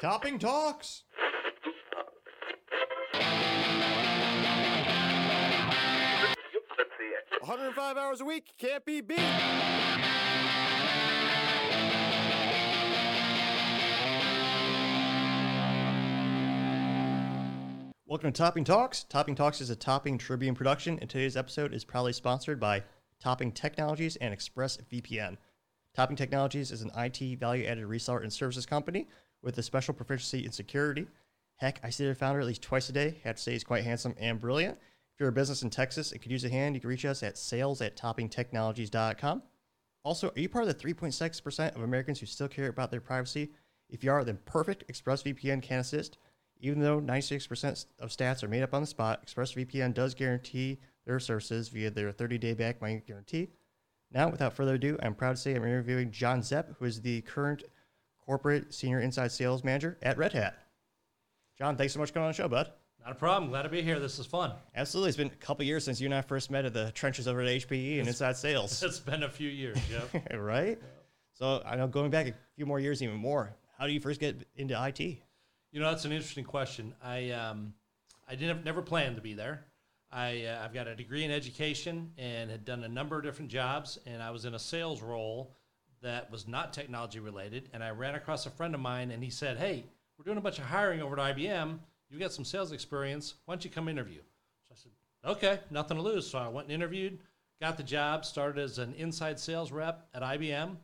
Topping Talks. Let's see it. 105 hours a week can't be beat. Welcome to Topping Talks. Topping Talks is a Topping Tribune production, and today's episode is proudly sponsored by Topping Technologies and ExpressVPN. Topping Technologies is an IT value added reseller and services company with a special proficiency in security. Heck, I see their founder at least twice a day. Had to say he's quite handsome and brilliant. If you're a business in Texas and could use a hand, you can reach us at sales at toppingtechnologies.com. Also, are you part of the 3.6% of Americans who still care about their privacy? If you are, then perfect. ExpressVPN can assist. Even though 96% of stats are made up on the spot, ExpressVPN does guarantee their services via their 30 day back money guarantee. Now, without further ado, I'm proud to say I'm interviewing John Zepp, who is the current corporate senior inside sales manager at Red Hat. John, thanks so much for coming on the show, bud. Not a problem. Glad to be here. This is fun. Absolutely. It's been a couple years since you and I first met at the trenches over at HPE and inside sales, It's been a few years, Jeff. right? So I know going back a few more years, even more. How do you first get into IT? you know, that's an interesting question. I um, I didn't never planned to be there. I uh, I've got a degree in education and had done a number of different jobs, and I was in a sales role that was not technology related. And I ran across a friend of mine, and he said, "Hey, we're doing a bunch of hiring over at IBM. You've got some sales experience. Why don't you come interview?" So I said, okay, nothing to lose. So I went and interviewed, got the job, started as an inside sales rep at IBM,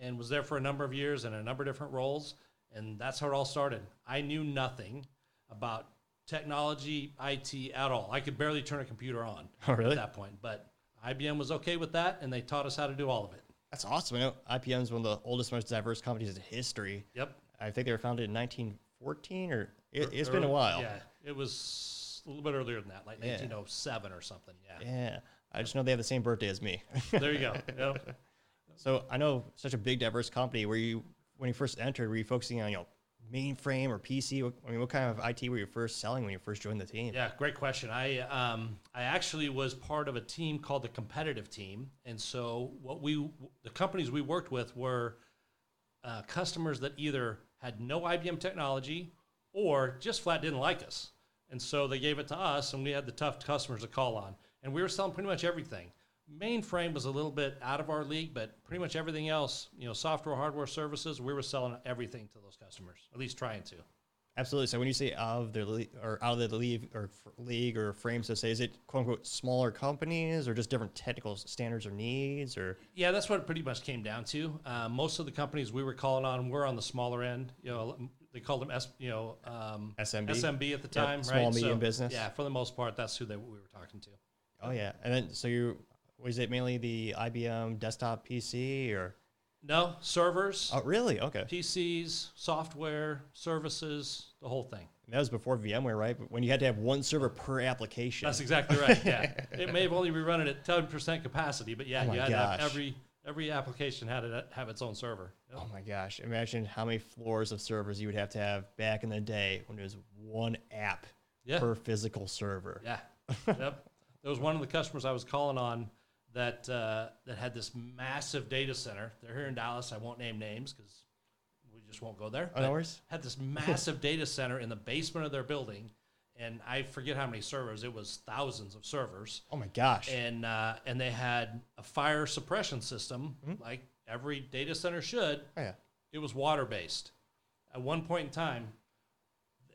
and was there for a number of years in a number of different roles. And that's how it all started. I knew nothing about technology, IT at all. I could barely turn a computer on Oh, really? at that point. But IBM was okay with that, and they taught us how to do all of it. That's awesome. I know IPM is one of the oldest, most diverse companies in history. Yep. I think they were founded in 1914, or it, has It's been a while. Yeah, it was a little bit earlier than that, like Yeah. 1907 or something. Yeah. Yeah. I just know they have the same birthday as me. There you go. Yep. so I know such a big, diverse company. Were you, when you first entered, were you focusing on, you know, mainframe or PC? What- I mean, what kind of IT were you first selling when you first joined the team? Yeah, great question. I um, I actually was part of a team called the competitive team, and so what we the companies we worked with were uh, customers that either had no IBM technology or just flat didn't like us, and so they gave it to us, and we had the tough customers to call on, and we were selling pretty much everything. Mainframe was a little bit out of our league, but pretty much everything else, you know, software, hardware, services, we were selling everything to those customers, at least trying to. Absolutely. So when you say out of their le- or out of the league or f- league or frame, so say, is it quote unquote smaller companies or just different technical s- standards or needs or Yeah, that's what it pretty much came down to. Uh, most of the companies we were calling on were on the smaller end. You know, they called them S, you know, um, SMB? SMB at the time, right? small, medium business. Yeah, for the most part, that's who they, we were talking to. Oh yeah. And then so you was it mainly the IBM desktop PC or No servers, oh really? Okay. PCs, software, services, the whole thing. That was before VMware, right? But When you had to have one server per application. That's exactly right. Yeah, it may have only been running at ten percent capacity, but yeah, Oh my you had to have gosh. every every application had to have its own server. oh my gosh. Imagine how many floors of servers you would have to have back in the day when it was one app Yeah. per physical server. Yeah. yep. There was one of the customers I was calling on that uh, that had this massive data center. They're here in Dallas. I won't name names because we just won't go there. Oh, no But worries. Had this massive data center in the basement of their building, and I forget how many servers. It was thousands of servers, Oh my gosh. and uh, and they had a fire suppression system Mm-hmm. like every data center should oh, yeah. it was water based at one point in time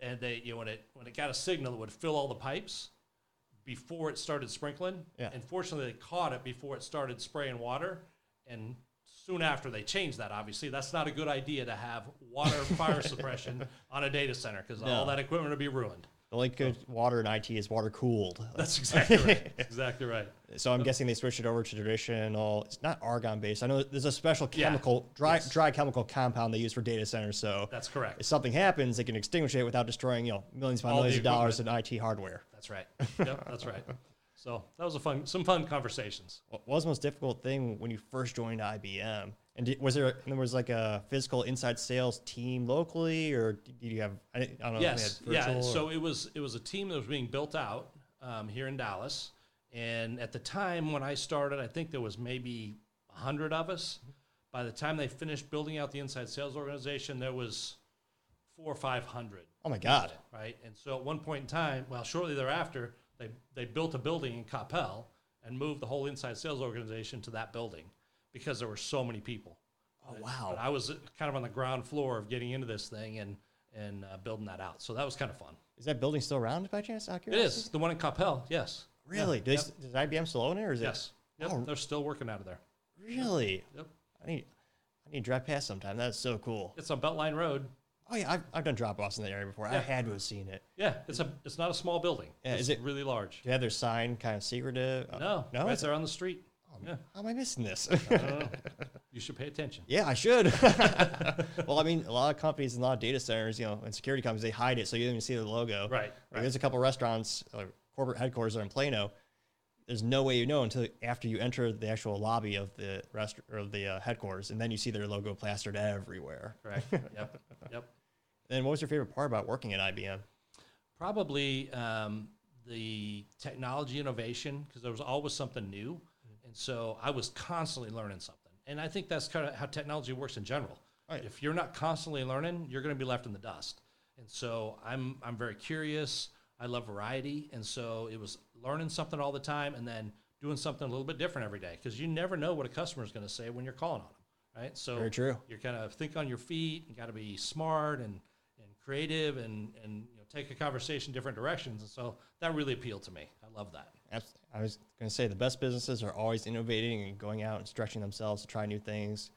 and they you know when it when it got a signal it would fill all the pipes before it started sprinkling Yeah. and fortunately they caught it before it started spraying water and soon after they changed that obviously that's not a good idea to have water fire suppression on a data center because all No. that equipment would be ruined The only good water in IT is water cooled. that's exactly right That's exactly right So I'm guessing they switched it over to traditional. It's not argon based. I know there's a special Yeah. chemical, dry Yes. dry chemical compound they use for data centers. So that's correct if something happens, they can extinguish it without destroying you know millions upon All the millions of dollars in IT hardware. that's right yep that's right so that was a fun some fun conversations What was the most difficult thing when you first joined IBM? And did, was there and there was like a physical inside sales team locally, or did you have I don't know? if they Yes, had yeah. virtual or- So it was it was a team that was being built out um, here in Dallas, and at the time when I started, I think there was maybe hundred of us. By the time they finished building out the inside sales organization, there was four or five hundred, Oh my God. right? And so at one point in time, well, shortly thereafter, they they built a building in Capel and moved the whole inside sales organization to that building because there were so many people. Oh But wow. I was uh, kind of on the ground floor of getting into this thing and and uh, building that out. So that was kind of fun. Is that building still around by chance? Out of It curiosity? is the one in Capel. Yes. Really? Yeah. Does, Yep. does IBM still own it or is Yes. Yep. Oh. They're still working out of there. it really? Yep. I need I need to drive past sometime. That's so cool. It's on Beltline Road. Oh yeah, I've, I've done drop offs in that area before. I Yeah. had to have seen it. Yeah. It's a. It's not a small building. Yeah, it's is it- really large. Do they have their sign kind of secretive? Uh, No. no. Right Is it- Um, there on the street. Yeah. How am I missing this? You should pay attention. yeah, I should. well, I mean, a lot of companies and a lot of data centers, you know, and security companies, they hide it so you don't even see the logo. Like, Right, right. There's a couple restaurants, uh, corporate headquarters are in Plano. There's no way you know until after you enter the actual lobby of the rest or the uh, headquarters, and then you see their logo plastered everywhere. Correct. Yep. Yep. And what was your favorite part about working at IBM? probably um, the technology innovation because there was always something new Mm-hmm. and so i was constantly learning something and i think that's kind of how technology works in general Right. if you're not constantly learning you're going to be left in the dust and so i'm i'm very curious i love variety and so it was learning something all the time and then doing something a little bit different every day because you never know what a customer is going to say when you're calling on them right so Very true. you're kind of think on your feet. You got to be smart and and creative and and you know, take a conversation different directions. And so that really appealed to me. I love that. Abs- I was going to say the best businesses are always innovating and going out and stretching themselves to try new things.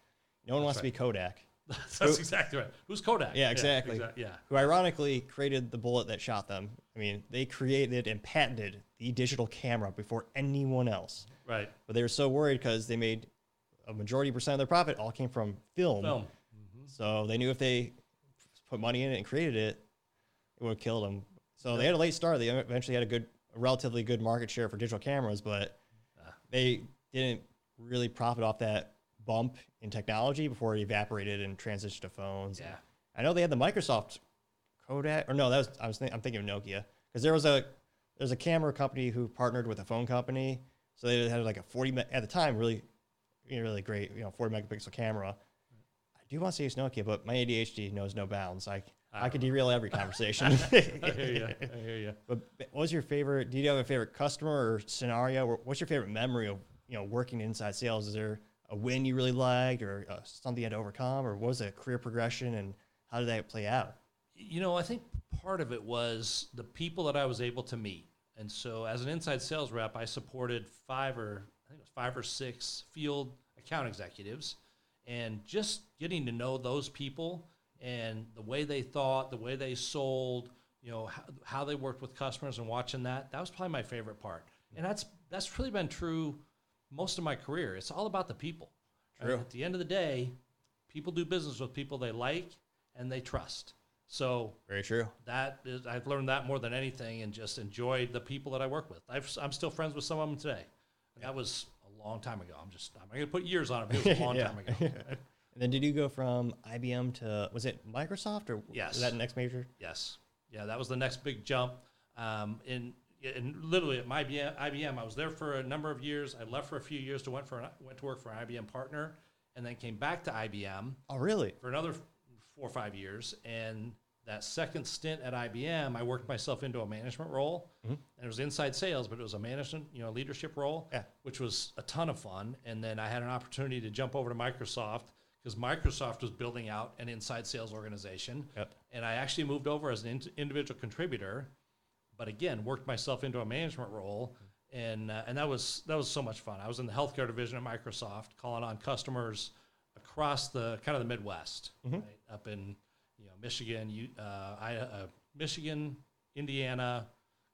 No one wants to be Kodak, That's exactly right. Who's Kodak? Yeah, exactly. exact- yeah. who ironically created the bullet that shot them. I mean, they created and patented the digital camera before anyone else. Right. But they were so worried because they made a majority percent of their profit all came from film. Film. So they knew if they put money in it and created it, it would have killed them. So they had a late start. They eventually had a good, a relatively good market share for digital cameras, but they didn't really profit off that bump in technology before it evaporated and transitioned to phones. Yeah. I know they had the Microsoft Kodak, or no, that was I was think, I'm thinking of Nokia because there was a there's a camera company who partnered with a phone company, so they had like a 40 me- at the time really you know, really great you know 40 megapixel camera. I do want to say it's Nokia, but my ADHD knows no bounds. I I could derail every conversation. Ah. I hear you. I hear you. but what was your favorite? Do you have a favorite customer or scenario? Or what's your favorite memory of you know working inside sales? Is there a win you really liked, or uh, something you had to overcome, or what was the career progression, and how did that play out? You know, I think part of it was the people that I was able to meet. And so as an inside sales rep, I supported five or I think it was five or six field account executives and just getting to know those people and the way they thought, the way they sold, you know, how, how they worked with customers and watching that, that was probably my favorite part. And that's that's really been true most of my career. It's all about the people. True. At the end of the day, people do business with people they like and they trust. So Very true. that is, I've learned that more than anything, and just enjoyed the people that I work with. I've, I'm still friends with some of them today. And That was a long time ago. I'm just I'm going to put years on it. But it was a long Yeah. time ago. And then did you go from IBM to was it Microsoft or Yes. was that the next major? Yes, yeah, that was the next big jump. Um, and and literally at my IBM, IBM, I was there for a number of years. I left for a few years to went for an, went to work for an IBM partner, and then came back to IBM. Oh really? for another f- four or five years. And that second stint at IBM, I worked myself into a management role, Mm-hmm. and it was inside sales, but it was a management, you know, leadership role, Yeah. which was a ton of fun. And then I had an opportunity to jump over to Microsoft because Microsoft was building out an inside sales organization. Yep. And I actually moved over as an in- individual contributor, but again, worked myself into a management role. And, uh, and that was that was so much fun. I was in the healthcare division at Microsoft, calling on customers across the kind of the Midwest, right? up in you know Michigan, you, uh, I, uh, Michigan, Indiana,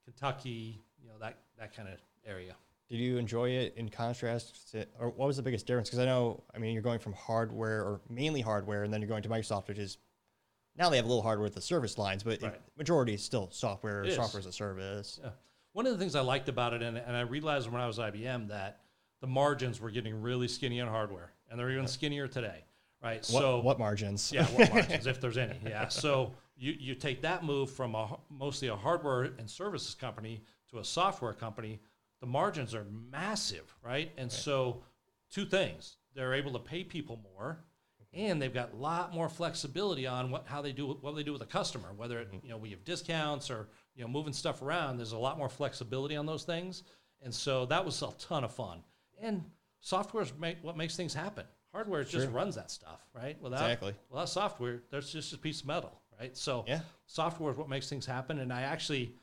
Kentucky, you know that that kind of area. Did you enjoy it in contrast to, or what was the biggest difference? Because I know, I mean, you're going from hardware or mainly hardware, and then you're going to Microsoft, which is now they have a little hardware with the service lines, but the Right. majority is still software, It is. software as a service. Yeah. One of the things I liked about it, and, and I realized when I was IBM that the margins were getting really skinny on hardware, and they're even skinnier today, right? What, so what margins? Yeah, what margins, if there's any. Yeah. So you, you take that move from a, h- mostly a hardware and services company to a software company, the margins are massive, right? And so, two things they're able to pay people more, and they've got a lot more flexibility on what how they do what they do with a customer. Whether it, you know we have discounts or you know moving stuff around, there's a lot more flexibility on those things. And so that was a ton of fun. And software is make, what makes things happen. Hardware just runs that stuff, right? Without Exactly. without software, that's just a piece of metal, right? So Yeah. software is what makes things happen. And I actually,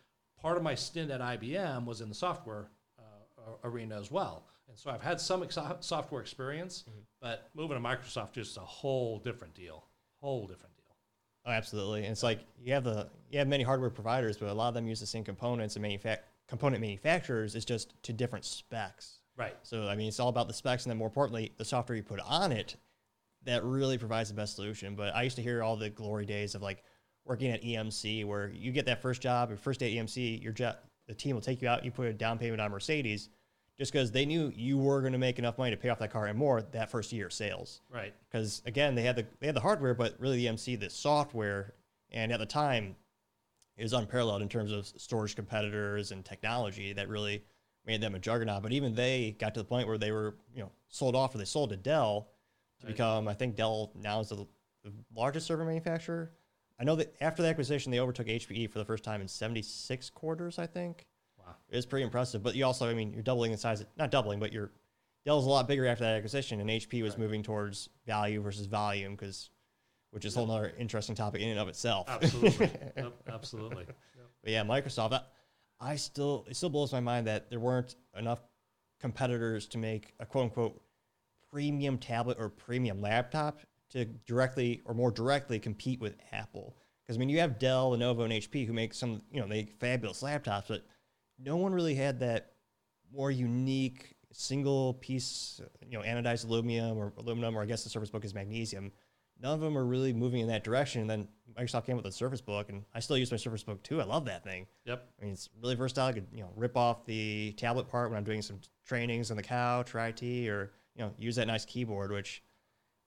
part of my stint at IBM was in the software uh, a- arena as well. And so I've had some ex- software experience, Mm-hmm. but moving to Microsoft just a whole different deal, whole different deal. Oh, absolutely. And it's like you have the you have many hardware providers, but a lot of them use the same components and manufac- component manufacturers. It's just to different specs. Right. So I mean, it's all about the specs, and then more importantly, the software you put on it that really provides the best solution. But I used to hear all the glory days of like working at EMC, where you get that first job, your first day at EMC, your job, the team will take you out, you put a down payment on a Mercedes, just because they knew you were going to make enough money to pay off that car and more that first year of sales Right. because again they had the they had the hardware, but really the MC the software, and at the time, it was unparalleled in terms of storage competitors and technology that really made them a juggernaut. But even they got to the point where they were you know sold off or they sold to Dell to become I think Dell now is the, l- the largest server manufacturer. I know that after the acquisition they overtook HPE for the first time in 76 quarters I think. Wow. It's pretty impressive. But you also, I mean, you're doubling the size. Not doubling, but you're Dell's a lot bigger after that acquisition, and HP was moving towards value versus volume, because which is a whole nother interesting topic in and of itself. Absolutely. Yep, absolutely. But yeah, Microsoft. I, I still it still blows my mind that there weren't enough competitors to make a quote unquote premium tablet or premium laptop to directly or more directly compete with Apple. Because I mean, you have Dell, Lenovo, and HP who make some you know they make fabulous laptops, but no one really had that more unique single piece, you know, anodized aluminum or aluminum, or I guess the Surface Book is magnesium. None of them are really moving in that direction. And then Microsoft came with the Surface Book, and I still use my Surface Book too. I love that thing. Yep. I mean, it's really versatile. I could, you know, rip off the tablet part when I'm doing some trainings on the couch or IT, or you know, use that nice keyboard. Which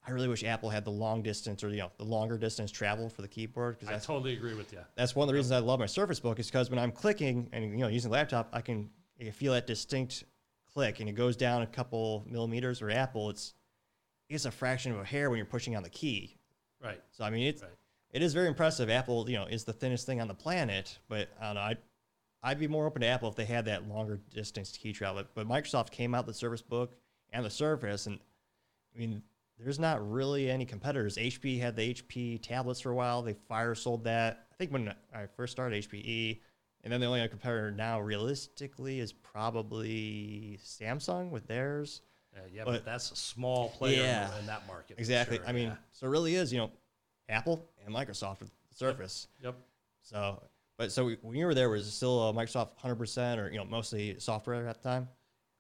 I really wish Apple had the long distance or you know, the longer distance travel for the keyboard because I that's totally agree with you. that's one of the reasons I love my Surface Book is because when I'm clicking and you know using the laptop, I can I can feel that distinct click, and it goes down a couple millimeters. Or Apple, it's it's a fraction of a hair when you're pushing on the key. Right. So I mean, it's Right. it is very impressive. Apple, you know, is the thinnest thing on the planet, but I don't know. I'd, I'd be more open to Apple if they had that longer distance key travel. But Microsoft came out with the Surface Book and the Surface, and I mean, there's not really any competitors. HP had the HP tablets for a while. They fire sold that. I think when I first started HPE, and then the only other competitor now realistically is probably Samsung with theirs. Uh, yeah, but, But- that's a small player Yeah. in that market. for Exactly. sure, I mean, yeah. so it really is, you know, Apple and Microsoft with the Surface. Yep. So, but so we, when you were there, was it still uh, Microsoft 100% or, you know, mostly software at the time?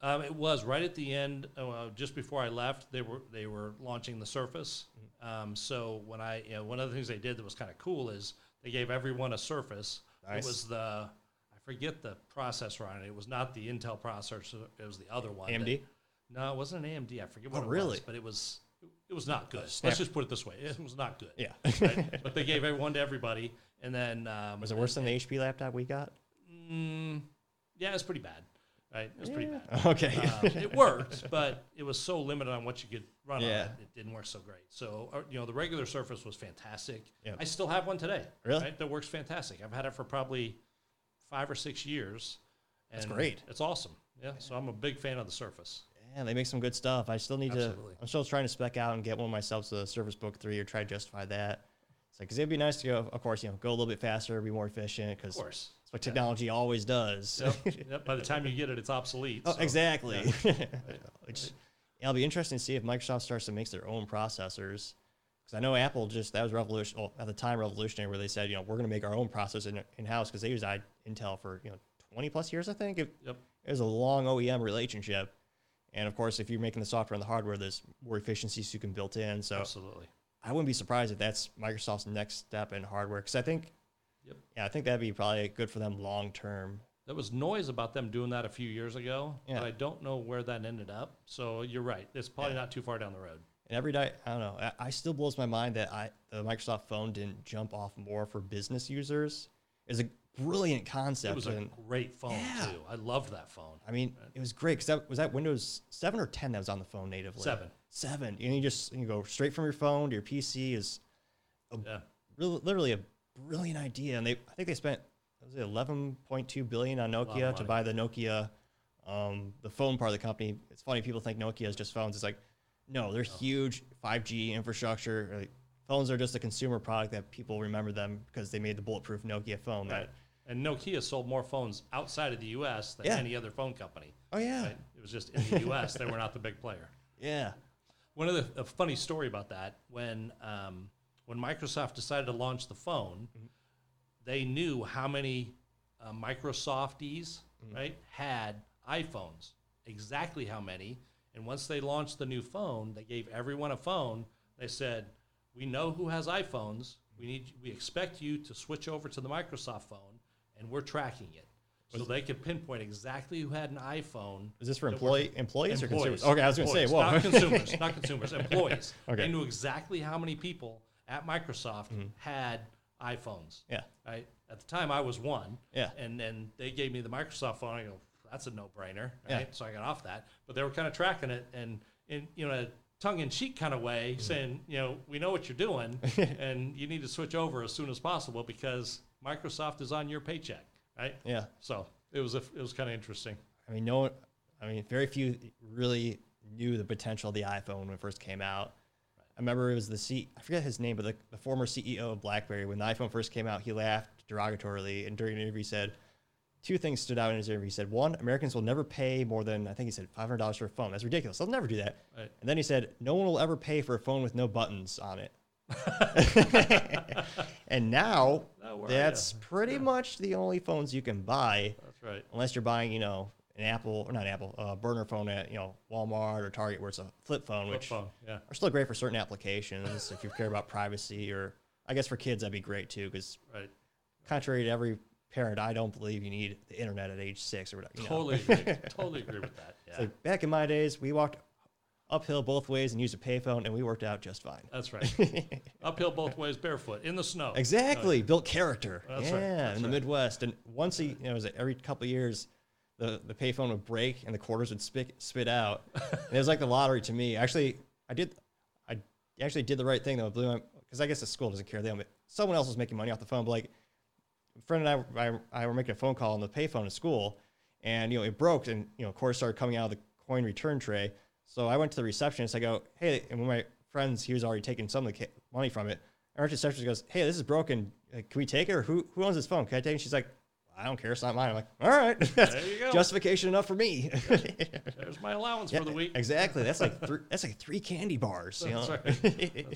Um, it was right at the end, uh, just before I left. They were they were launching the Surface. Mm-hmm. Um, so when I, you know, one of the things they did that was kind of cool is they gave everyone a Surface. Nice. It was the I forget the processor on it. It was not the Intel processor. It was the other one. that- AMD? no, it wasn't an AMD. I forget what Oh, it really? was, but it was it was not good. Snap- Let's just put it this way: it was not good. Yeah. Right? but they gave everyone to everybody, and then um, Was it worse than the HP laptop we got? Mm, yeah, it's pretty bad. Right, it was pretty bad. Okay. Um, it worked, but it was so limited on what you could run on. Yeah. It, it didn't work so great. So uh, you know, the regular Surface was fantastic. Yep. I still have one today. Really? right? that works fantastic. I've had it for probably five or six years. And great. It's awesome. Yeah, so I'm a big fan of the Surface. yeah, they make some good stuff. I still need Absolutely. to, I'm still trying to spec out and get one myself to the Surface Book 3 or try to justify that. It's like, because it'd be nice to go, of course, you know, go a little bit faster, be more efficient, because that's Of course. what technology always does. Yep, yep, By the time you get it, it's obsolete. Oh, so- exactly. Which it'll be interesting to see if Microsoft starts to make their own processors. Because I know Apple just that was revolution well, at the time revolutionary where they said you know we're going to make our own processor in, in house because they used I, Intel for you know twenty plus years I think it, Yep. it was a long OEM relationship, and of course if you're making the software and the hardware there's more efficiencies you can built in so Absolutely. I wouldn't be surprised if that's Microsoft's next step in hardware because I think Yep. yeah I think that'd be probably good for them long term There was noise about them doing that a few years ago, Yeah. but I don't know where that ended up. So you're right. It's probably not too far down the road. And every day, I don't know. I, I still blows my mind that I the Microsoft phone didn't jump off more for business users. Is it brilliant concept. It was a and great phone Yeah. too. I loved that phone. I mean, it was great because that was that Windows seven or ten that was on the phone natively. Seven. seven, and you just you go straight from your phone to your PC is Yeah. really, literally a brilliant idea. And they, I think they spent was it eleven point two billion on of Nokia to money. buy the Nokia, um, the phone part of the company. It's funny people think Nokia is just phones. It's like, no, they're huge five G infrastructure. Like, phones are just a consumer product that people remember them because they made the bulletproof Nokia phone. Right. That And Nokia sold more phones outside of the U.S. than Yeah. any other phone company. oh yeah, Right? It was just in the U.S. they were not the big player. yeah, One of the a funny story about that when um, when Microsoft decided to launch the phone, Mm-hmm. they knew how many uh, Microsofties Mm-hmm. right had iPhones, exactly how many. And once they launched the new phone, they gave everyone a phone. They said, "We know who has iPhones. We need we expect you to switch over to the Microsoft phone, and we're tracking it." So they could pinpoint exactly who had an iPhone Is this for employee employees, or consumers? Employees. Okay, I was going to say, Employees. whoa, Not consumers, not consumers, employees. They Okay. Mm-hmm. knew exactly how many people at Microsoft had iPhones. yeah, Right? At the time, I was one. Yeah. And then they gave me the Microsoft phone. I go, that's a no brainer. Yeah. Right? So I got off that. But they were kind of tracking it and in, you know, a tongue in cheek kind of Mm-hmm. way, saying, you know, we know what you're doing and you need to switch over as soon as possible because Microsoft is on your paycheck. Right? yeah. So it was, a, it was kind of interesting. I mean, no, one- I mean, very few really knew the potential of the iPhone when it first came out. I remember it was the C, I forget his name, but the, the former CEO of BlackBerry, when the iPhone first came out, he laughed derogatorily and during an interview said, two things stood out in his interview. He said, one, Americans will never pay more than, I think he said, $500 for a phone. That's ridiculous. They'll never do that. Right. And then he said, no one will ever pay for a phone with no buttons on it. and now, Now we're- that's pretty much the only phones you can buy That's right. unless you're buying, you know, an Apple or not Apple, a burner phone at you know Walmart or Target, where it's a flip phone, which phone, yeah. are still great for certain applications. if you care about privacy, or I guess for kids that'd be great too, because Right. contrary to every parent, I don't believe you need the internet at age six or whatever. you know. Totally agree. totally agree with that. Yeah. Like, back in my days, we walked uphill both ways and used a payphone, and we worked out just fine. That's right. Uphill both ways, barefoot in the snow. Exactly, built character. That's yeah, right, that's in the right. Midwest, and once he, you know, it was like every couple of years, the the payphone would break and the quarters would spit spit out. and it was like the lottery to me. Actually, I did, I actually did the right thing though. I Blew my because I guess the school doesn't care. They don't, ma- someone else was making money off the phone, but like a friend and I, I, I were making a phone call on the payphone at school, and you know it broke, and you know quarters started coming out of the coin return tray. So I went to the receptionist. I go, hey, and one of my friends, he was already taking some of the ca- money from it. And our receptionist goes, hey, this is broken. Like, can we take it, or who who owns this phone? Can I take it? And she's like, I don't care. It's not mine. I'm like, all right, that's There you go. justification enough for me. There's my allowance for the week. exactly. That's like three, that's like three candy bars. You know? That's right.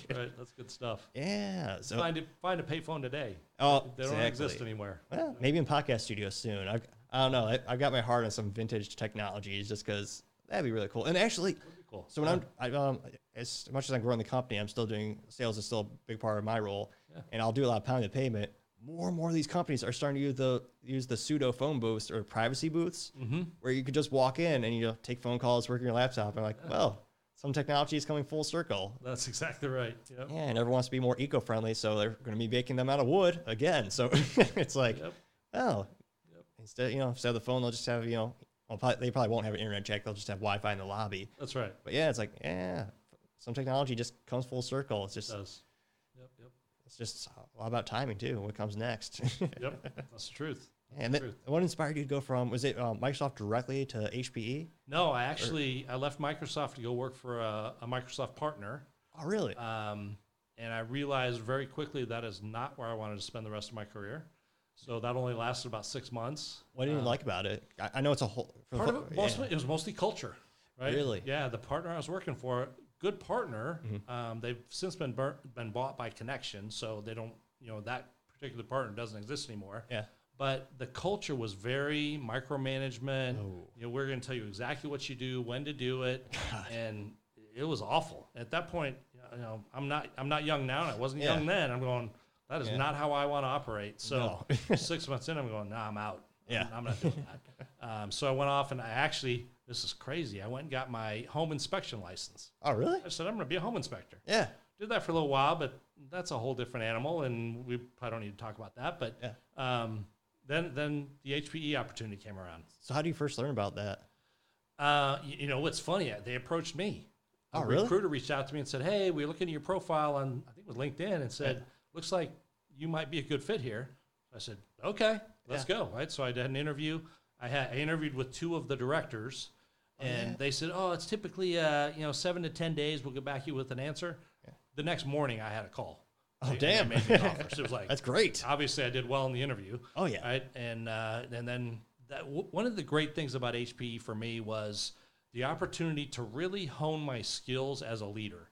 That's right. That's good stuff. yeah. So Find it. Find a payphone today. oh, They don't exist exactly. anywhere. Well, maybe in podcast studio soon. I've, I don't know. I, I've got my heart on some vintage technologies just because that'd be really cool. And actually, cool. so when I'm I, um, as much as I'm growing the company, I'm still doing sales is still a big part of my role, and I'll do a lot of pound of payment. More and more of these companies are starting to use the use the pseudo phone booths or privacy booths, where you could just walk in and you know, take phone calls, work on your laptop. I'm like, well, some technology is coming full circle. That's exactly right. Yep. Yeah, and everyone wants to be more eco-friendly, so they're going to be making them out of wood again. So it's like, Yep. oh, instead, you know, instead of the phone, they'll just have you know, well, probably, they probably won't have an internet check. They'll just have Wi-Fi in the lobby. That's right. But yeah, it's like, yeah, some technology just comes full circle. It's It just, does. Yep. Yep. it's just a lot about timing too. What comes next? Yep. That's the truth. and then, True. what inspired you to go from was it uh, Microsoft directly to E? HPE? No, I actually I left Microsoft to go work for a, a Microsoft partner. Oh, really? Um, and I realized very quickly that is not where I wanted to spend the rest of my career. So that only lasted about six months. what did you like about it? I, I know it's a whole for the uh, Part of whole- it, most yeah. of it, it was mostly culture, right? Really? Mm-hmm. Yeah, the partner I was working for, good partner. Um, they've since been bur- been bought by Connection, so they don't, you know, that particular partner doesn't exist anymore. Yeah. But the culture was very micromanagement. Oh. You know, we're going to tell you exactly what you do, when to do it, and it was awful. At that point, you know, I'm not I'm not young now, and I wasn't Yeah. young then. I'm going. That is not how I want to operate. So six months in, I'm going. Nah, I'm out. Yeah. I'm, I'm not doing that. um, so I went off, and I actually, this is crazy. I went and got my home inspection license. Oh, really? I said I'm going to be a home inspector. Yeah. Did that for a little while, but that's a whole different animal, and we probably don't need to talk about that. But Yeah. um, Then then the HPE opportunity came around. So how do you first learn about that? Uh, you, you know what's funny? They approached me. Oh, a really? recruiter reached out to me and said, "Hey, we looked into your profile on I think it was LinkedIn and said, looks like you might be a good fit here." I said, "Okay, let's go." Right. So I did an interview. I had I interviewed with two of the directors, and they said, "Oh, it's typically uh, you know seven to ten days. We'll get back to you with an answer." The next morning, I had a call. Oh, They- they damn. made me an offer. So it was like That's great. obviously I did well in the interview. Oh, yeah. right. And uh, and then that w- one of the great things about HPE for me was the opportunity to really hone my skills as a leader,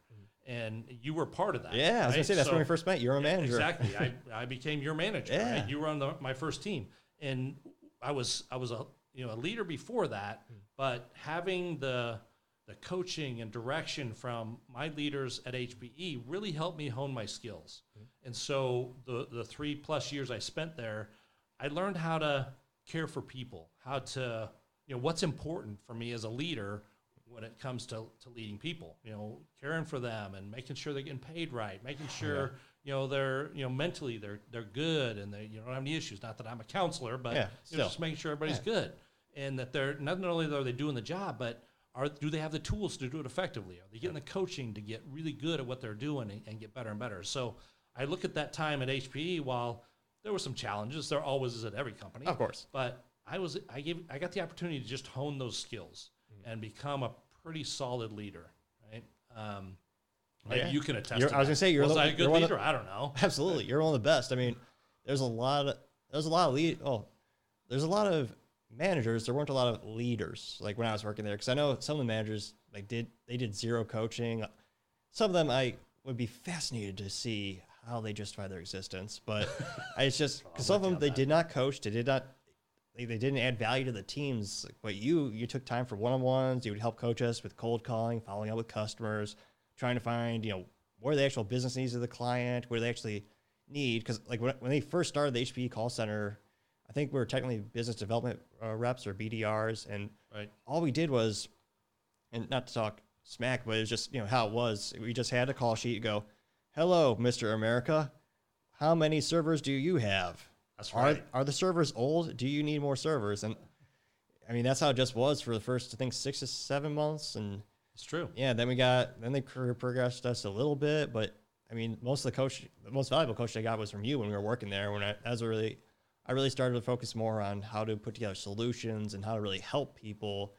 and you were part of that. Mm. Yeah, I was gonna right? say that's So- when we first met. You're a manager. Exactly. I, I became your manager. Yeah. Right? You were on the, my first team, and I was I was a you know a leader before that, Hmm. but having the the coaching and direction from my leaders at HPE really helped me hone my skills. Hmm. And so the the three plus years I spent there, I learned how to care for people, how to you know what's important for me as a leader when it comes to, to leading people you know caring for them and making sure they're getting paid right making sure you know they're you know mentally they're they're good and they you don't have any issues not that i'm a counselor but Yeah, you know, still. just making sure everybody's good and that they're not only are they doing the job but are do they have the tools to do it effectively are they getting the coaching to get really good at what they're doing and, and get better and better so i look at that time at hpe while there were some challenges there always is at every company Of course. but I was I gave I got the opportunity to just hone those skills Mm. and become a pretty solid leader, right? Um, maybe Oh, yeah. you can attest. You're- to I was that. gonna say, you're was the- I a good you're one of- leader? I don't know. Absolutely, you're one of the best. I mean, there's a lot of there's a lot of lead. Oh, there's a lot of managers. There weren't a lot of leaders like when I was working there because I know some of the managers like did they did zero coaching. Some of them I would be fascinated to see how they justify their existence, but I- it's just 'cause some of them they did not coach. They did not. They, they didn't add value to the teams, but you you took time for one on ones. You would help coach us with cold calling, following up with customers, trying to find you know what are the actual business needs of the client, what do they actually need? Because like when, when they first started the HPE call center, I think we were technically business development uh, reps or BDRs, and Right. all we did was, and not to talk smack, but it's just you know how it was. We just had a call sheet and go, "Hello, Mister America, how many servers do you have? That's are, right. Are the servers old? Do you need more servers?" And I mean that's how it just was for the first I think six to seven months, and It's true. yeah, then we got then they career progressed us a little bit, but I mean, most of the coach, the most valuable coach I got was from you when we were working there. When I as a really, I really started to focus more on how to put together solutions and how to really help people,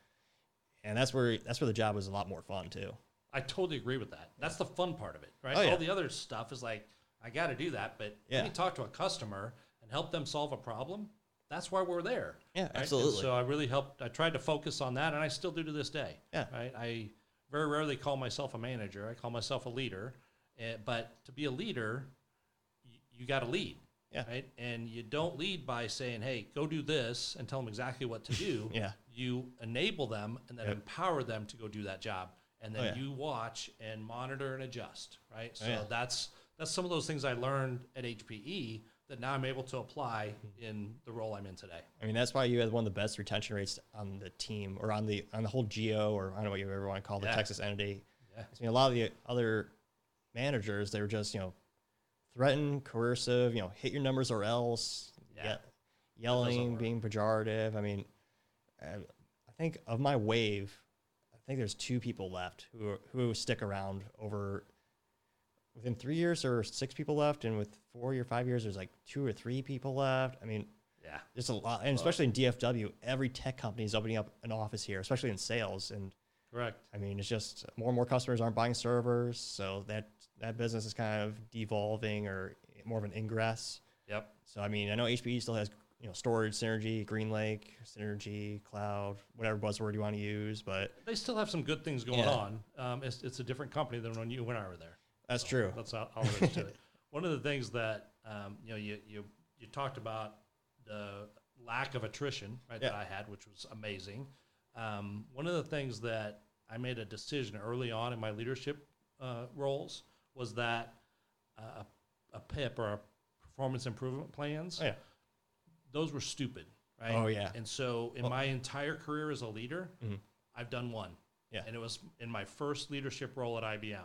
and that's where that's where the job was a lot more fun too. I totally agree with that. That's the fun part of it, right? Oh, yeah. All the other stuff is like I got to do that, but Yeah. let me talk to a customer and help them solve a problem. That's why we're there. Yeah, And absolutely. So I really helped. I tried to focus on that, and I still do to this day. Yeah. Right. I very rarely call myself a manager. I call myself a leader. Eh, but to be a leader, you, you got to lead. Yeah. Right. And you don't lead by saying, "Hey, go do this," and tell them exactly what to do. Yeah. You enable them and then empower them to go do that job, and then Oh, yeah. Oh, you watch and monitor and adjust. Right. So yeah. that's that's some of those things I learned at HPE that now I'm able to apply Mm-hmm. in the role I'm in today. I mean, that's why you had one of the best retention rates on the team or on the on the whole geo or I don't know what you ever want to call the Yeah. Texas entity. Yeah. I mean, a lot of the other managers, they were just you know, threaten, coercive, you know, hit your numbers or else, Yeah. ye- That yelling, being pejorative. I mean, I, I think of my wave, I think there's two people left who are- who stick around over. Within three years, there were six people left, and with four or five years, there's like two or three people left. I mean, Yeah. there's a lot, and especially in DFW, every tech company is opening up an office here, especially in sales. And Correct. I mean, it's just more and more customers aren't buying servers, so that that business is kind of devolving or more of an ingress. Yep. So I mean, I know HPE still has you know storage synergy, GreenLake synergy, cloud, whatever buzzword you want to use, but They still have some good things going Yeah. on. Um, it's, it's a different company than when you and I were there. that's true. That's all, all there is to it. One of the things that um, you know you, you you talked about the lack of attrition right, that Yeah. I had, which was amazing. Um, one of the things that I made a decision early on in my leadership uh, roles was that uh, a, a PIP or a performance improvement plans Oh, yeah. those were stupid, right? Oh, yeah. Mm-hmm. And so in my entire career as a leader, I've done one. Yeah. And it was in my first Mm-hmm. leadership role at IBM.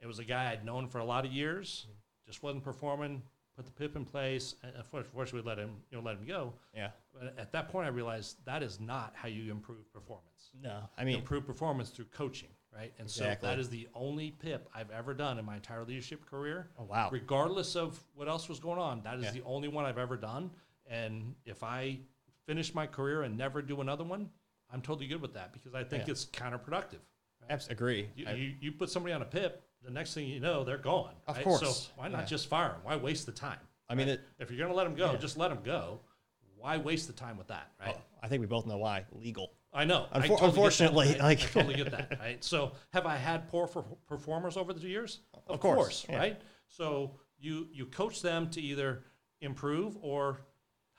It was a guy I'd known for a lot of years, just wasn't performing, put the poop in place. And unfortunately, we let him, you know, let him go. Yeah. But at that point, I realized that is not how you improve performance. No, I You mean, improve performance through coaching, right? And Exactly. so that is the only PIP I've ever done in my entire leadership career. Oh, wow. Regardless of what else was going on, that is Yeah. the only one I've ever done. And if I finish my career and never do another one, I'm totally good with that because I think Yeah. it's counterproductive. abs- agree. You, I- you, you put somebody on a PIP, the next thing you know, they're gone. Of right? course. So why not Yeah. just fire them? Why waste the time? I mean, right? it- if you're going to let them go, Yeah. Oh, just let them go. Why waste the time with that? Right. I think we both know why. Legal. I know. Unfor- I totally get that, unfortunately, right? like- I totally get that. Right. So, have I had poor for performers over the years? Of, course, yeah. right. So you you coach them to either improve or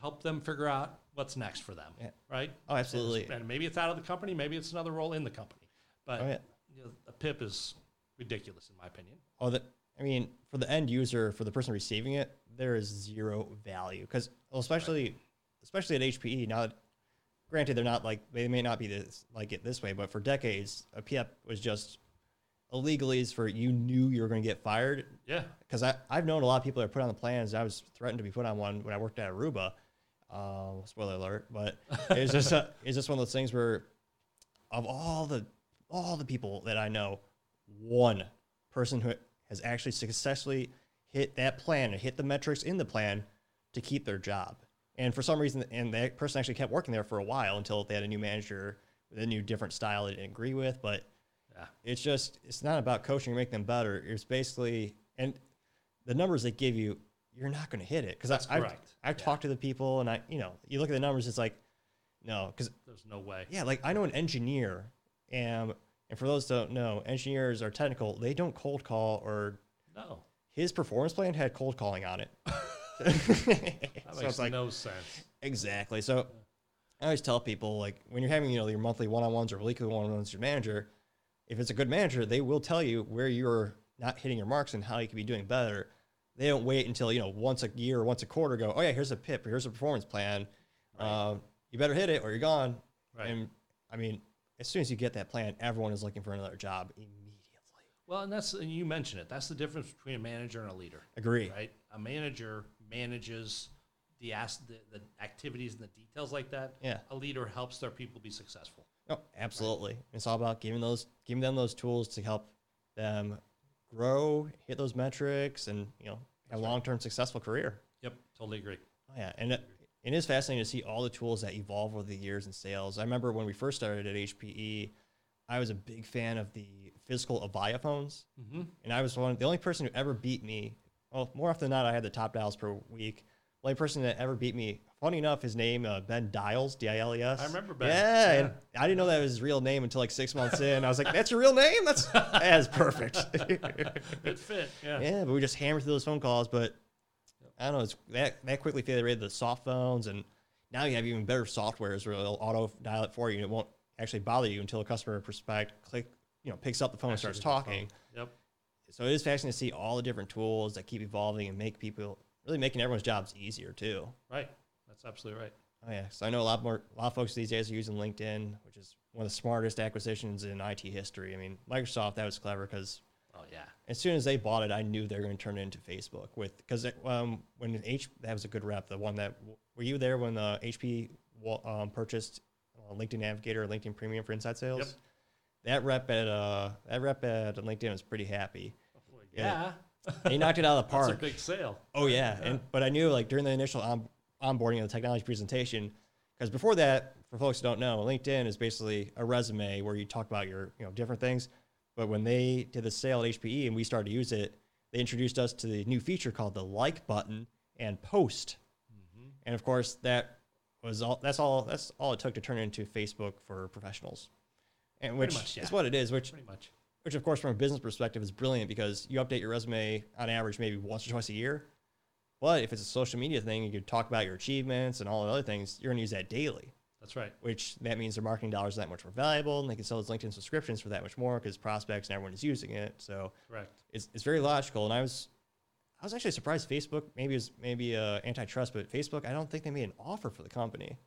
help them figure out what's next for them. Yeah. Right. Oh, absolutely. And maybe it's out of the company. Maybe it's another role in the company. But Oh, yeah. you know, a PIP is ridiculous in my opinion. Oh, the, I mean, for the end user, for the person receiving it, there is zero value because, well, especially, especially at HPE. Now, that- granted, they're not like they may not be this like it this way, but for decades, a PF was just illegalies for you knew you were going to get fired Yeah. because I I've known a lot of people that are put on the plans. I was threatened to be put on one when I worked at Aruba. Um, spoiler alert, but it's just a, it's just one of those things where, of all the all the people that I know, one person who has actually successfully hit that plan and hit the metrics in the plan to keep their job. And for some reason, and that person actually kept working there for a while until they had a new manager with a new different style they didn't agree with. But Yeah. it's just it's not about coaching or making them better. It's basically and the numbers they give you, you're not going to hit it because I've correct. I've talked to the people and I you know you look at the numbers, it's like no because There's no way. yeah like I know an engineer and and for those that don't know, engineers are technical. They don't cold call or No. his performance plan had cold calling on it. That So makes it's like- no sense. Exactly. So I always tell people like when you're having you know your monthly one-on-ones or weekly one-on-ones with your manager, if it's a good manager, they will tell you where you're not hitting your marks and how you can be doing better. They don't wait until you know once a year or once a quarter go, oh yeah, here's a PIP, or here's a performance plan. Um, you better hit it or you're gone. Right. And I mean, as soon as you get that plan, everyone is looking for another job immediately. Well, and that's and you mentioned it. That's the difference between a manager and a leader. Agree. right? A manager manages the, as- the the activities and the details like that. Yeah. A leader helps their people be successful. No, Oh, absolutely. It's all about giving those giving them those tools to help them grow, hit those metrics, and you know have a long term successful career. Yep, totally agree. Oh, yeah, and it, it is fascinating to see all the tools that evolve over the years in sales. I remember when we first started at HPE, I was a big fan of the physical Avaya phones, Mm-hmm. and I was one the only person who ever beat me. Well, more often than not, I had the top dials per week. Only person that ever beat me. Funny enough, his name uh, Ben Dials, D I L E S. I remember Ben. Yeah, and Yeah. I didn't know that was his real name until like six months in. I was like, "That's your real name? That's that's perfect." Good fit. Yeah. Yeah, but we just hammered through those phone calls. But I don't know, it's that that quickly faded the soft phones, and now you have even better softwares where they'll auto dial it for you, and it won't actually bother you until a customer prospect click, you know, picks up the phone and starts talking. Yep. So it is fascinating to see all the different tools that keep evolving and make people really making everyone's jobs easier too. Right. That's absolutely right. Oh yeah, so I know a lot more. A lot of folks these days are using LinkedIn, which is one of the smartest acquisitions in IT history. I mean, Microsoft that was clever because Oh yeah. as soon as they bought it, I knew they were going to turn it into Facebook with because um, when H that was a good rep. The one that were you there when uh, HP wa- um, purchased uh, LinkedIn Navigator or LinkedIn Premium for inside sales? Yep. That rep at uh, that rep at LinkedIn was pretty happy. Well, yeah. Yeah. They knocked it out of the That's park. a big sale. Oh yeah, and but I knew like during the initial on, onboarding of the technology presentation, because before that, for folks who don't know, LinkedIn is basically a resume where you talk about your you know different things. But when they did the sale at HPE and we started to use it, they introduced us to the new feature called the like button and post, Mm-hmm. and of course that was all. That's all. That's all it took to turn it into Facebook for professionals, and which much, yeah. is what it is. Which Pretty much. which of course from a business perspective is brilliant because you update your resume on average maybe once or twice a year but if it's a social media thing you could talk about your achievements and all the other things you're going to use that daily That's right. which that means their marketing dollars are that much more valuable and they can sell those linkedin subscriptions for that much more because prospects and everyone is using it so Correct. it's, it's very logical and i was i was actually surprised facebook maybe it was maybe uh, antitrust but facebook Hmm. i don't think they made an offer for the company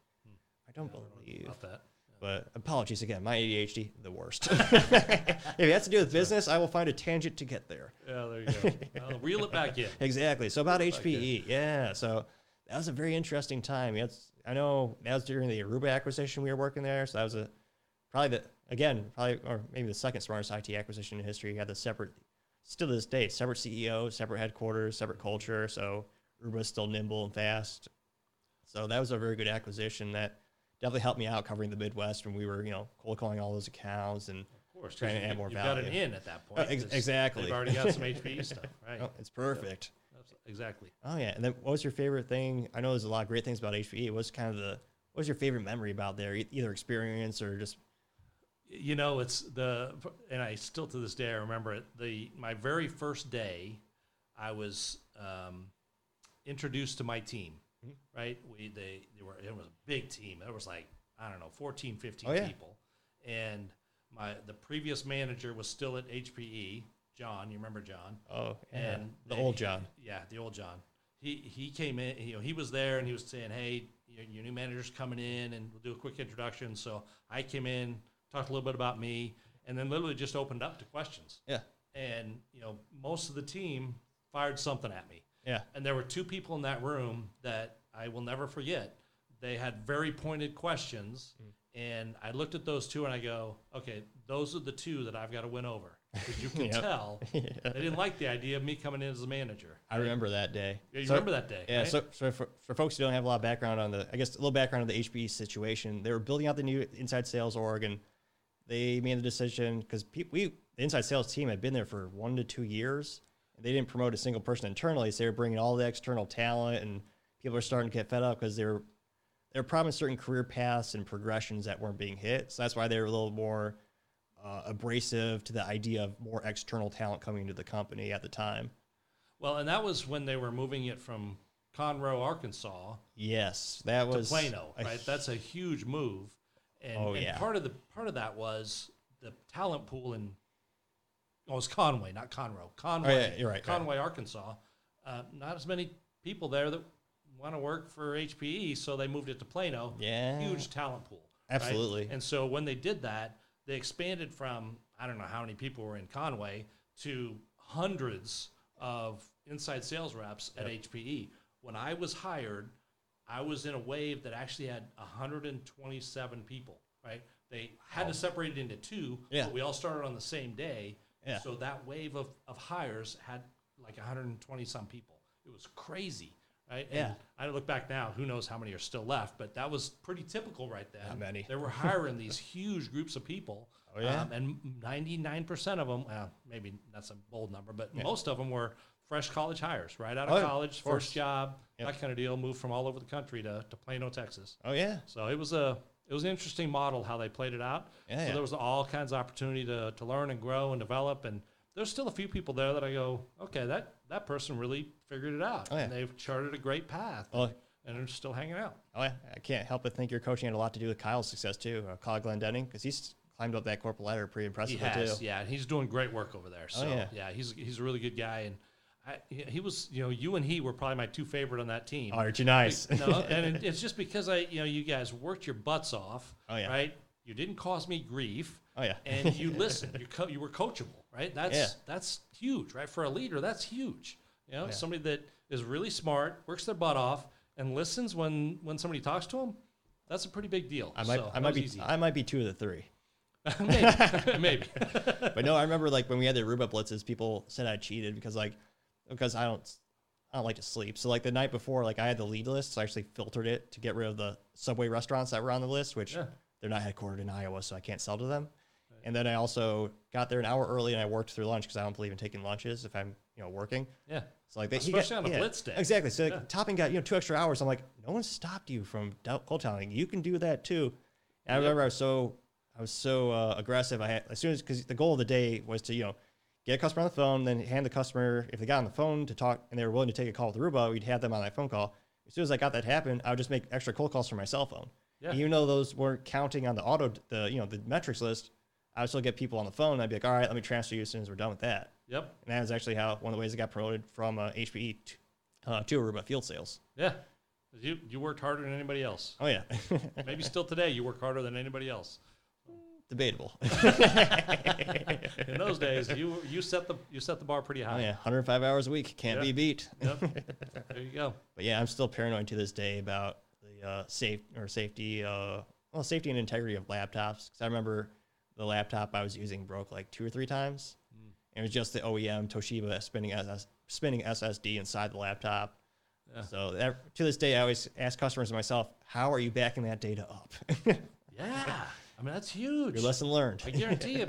i don't believe About that. But apologies again, my ADHD, the worst. if it has to do with business, I will find a tangent to get there. Yeah, there you go. Well, reel it back in. Exactly. So about HPE, yeah. So that was a very interesting time. That's I know that was during the Aruba acquisition we were working there. So that was a probably the again probably or maybe the second smartest IT acquisition in history. You had the separate, still to this day, separate CEO, separate headquarters, separate culture. So Aruba's still nimble and fast. So that was a very good acquisition that definitely helped me out covering the Midwest when we were you know cold calling all those accounts and Of course, 'cause Trying to you- add more you've got an value. Uh, in at that point. ex- 'cause exactly. They've already got some HPE stuff, right? oh, it's perfect. That's- Exactly. Oh yeah, and then what was your favorite thing? I know there's a lot of great things about HPE. What's kind of the what was your favorite memory about there? E- Either experience or just you know it's the and i still to this day i remember it the my very first day i was um, introduced to my team Mm-hmm. right we they, they were it was a big team there was like i don't know 14 15 Oh, yeah. people and my the previous manager was still at hpe john you remember john oh and the they- old John. Yeah, the old John. He he came in. You know, he was there, and he was saying, "Hey, your, your new manager's coming in, and we'll do a quick introduction." So I came in, talked a little bit about me, and then literally just opened up to questions. Yeah, And you know, most of the team fired something at me. yeah, And there were two people in that room that I will never forget. They had very pointed questions. Mm. And I looked at those two and I go, okay, those are the two that I've got to win over. Because you can Yep. tell they didn't like the idea of me coming in as a manager. I remember that day. Yeah, you remember that day, Yeah. right? So, so for, for folks who don't have a lot of background on the, I guess a little background on the HPE situation, they were building out the new inside sales org, and they made the decision because pe- we the inside sales team had been there for one to two years. They didn't promote a single person internally, so they were bringing all the external talent, and people are starting to get fed up because they're they're promised certain career paths and progressions that weren't being hit. So that's why they were a little more uh, abrasive to the idea of more external talent coming into the company at the time. Well, and that was when they were moving it from Conroe, Arkansas Yes, that to was Plano, a right? That's a huge move. And, Oh, and yeah. part of the part of that was the talent pool in oh, it's Conway, not Conroe. Conway, Oh, yeah, you're right, yeah. Conway, Arkansas. Uh, not as many people there that want to work for HPE, so they moved it to Plano. Yeah. huge talent pool. right? Absolutely. And so when they did that, they expanded from I don't know how many people were in Conway to hundreds of inside sales reps at HPE. When I was hired, I was in a wave that actually had 127 people. Right? They had to separate it into two, Yeah. but we all started on the same day. Yeah. So that wave of, of hires had like 120 some people. It was crazy, right? Yeah. And I look back now, who knows how many are still left, but that was pretty typical right then. Not many. They were hiring these huge groups of people. Oh, yeah? Um, and 99% of them, well, maybe that's a bold number, but most of them were fresh college hires, right out of Oh, yeah, college, of course. first job, Yep. that kind of deal, moved from all over the country to, to Plano, Texas. Oh yeah, So it was a it was an interesting model how they played it out. Yeah, so yeah. there was all kinds of opportunity to, to learn and grow and develop. And there's still a few people there that I go, okay, that that person really figured it out. Oh, yeah. And they've charted a great path. Oh. and, and they're still hanging out. oh yeah. I can't help but think your coaching had a lot to do with Kyle's success too. Uh, Kyle Glendenning, because he's climbed up that corporate ladder pretty He impressively has, too. yeah, and he's doing great work over there. So Oh, yeah. yeah. he's he's a really good guy. And I, he he was, you know, you and he were probably my two favorite on that team. Oh, you're too nice. no, and it, it's just because I, you know, you guys worked your butts off. Oh, yeah. Right. You didn't cause me grief. Oh, yeah. And you listened. You co- you were coachable. Right. That's Yeah. that's huge. Right. For a leader, that's huge. You know, somebody that is really smart, works their butt off, and listens when when somebody talks to them. That's a pretty big deal. I might, So I that might was be, easy. I might be two of the three. maybe, maybe. But no, I remember like when we had the Aruba blitzes, people said I cheated because like because I don't I don't like to sleep. So like the night before, like I had the lead list, so I actually filtered it to get rid of the Subway restaurants that were on the list, which Yeah. they're not headquartered in Iowa, so I can't sell to them. And then I also got there an hour early and I worked through lunch because I don't believe in taking lunches if I'm you know working. Yeah. So like they, he Especially on a blitz day. Exactly. So like, Topping got you know two extra hours. I'm like, no one stopped you from dou- cold toweling. You can do that too. And I remember I was so I was so uh, aggressive. I had as soon as because the goal of the day was to you know get a customer on the phone, then hand the customer if they got on the phone to talk and they were willing to take a call with Aruba, we'd have them on that phone call. As soon as I got that happen, I would just make extra cold calls from my cell phone. Yeah. Even though those weren't counting on the auto the you know the metrics list, I would still get people on the phone. I'd be like, all right, let me transfer you as soon as we're done with that. Yep. And that E was actually how one of the ways I got promoted from uh, HPE to, uh, to Aruba Field Sales. Yeah. You you worked harder than anybody else. Oh yeah, Maybe still today you work harder than anybody else. debatable. In those days, you you set the you set the bar pretty high. Oh yeah, 105 hours a week can't Yeah. be beat. Yep. There you go. But yeah, I'm still paranoid to this day about the uh, safe or safety, uh, well, safety and integrity of laptops. Because I remember the laptop I was using broke like two or three times. Hmm. And It was just the OEM Toshiba spinning SS, spinning SSD inside the laptop. So that, to this day, I always ask customers and myself, "How are you backing that data up?" Yeah. I mean that's huge. Your lesson learned. I guarantee you,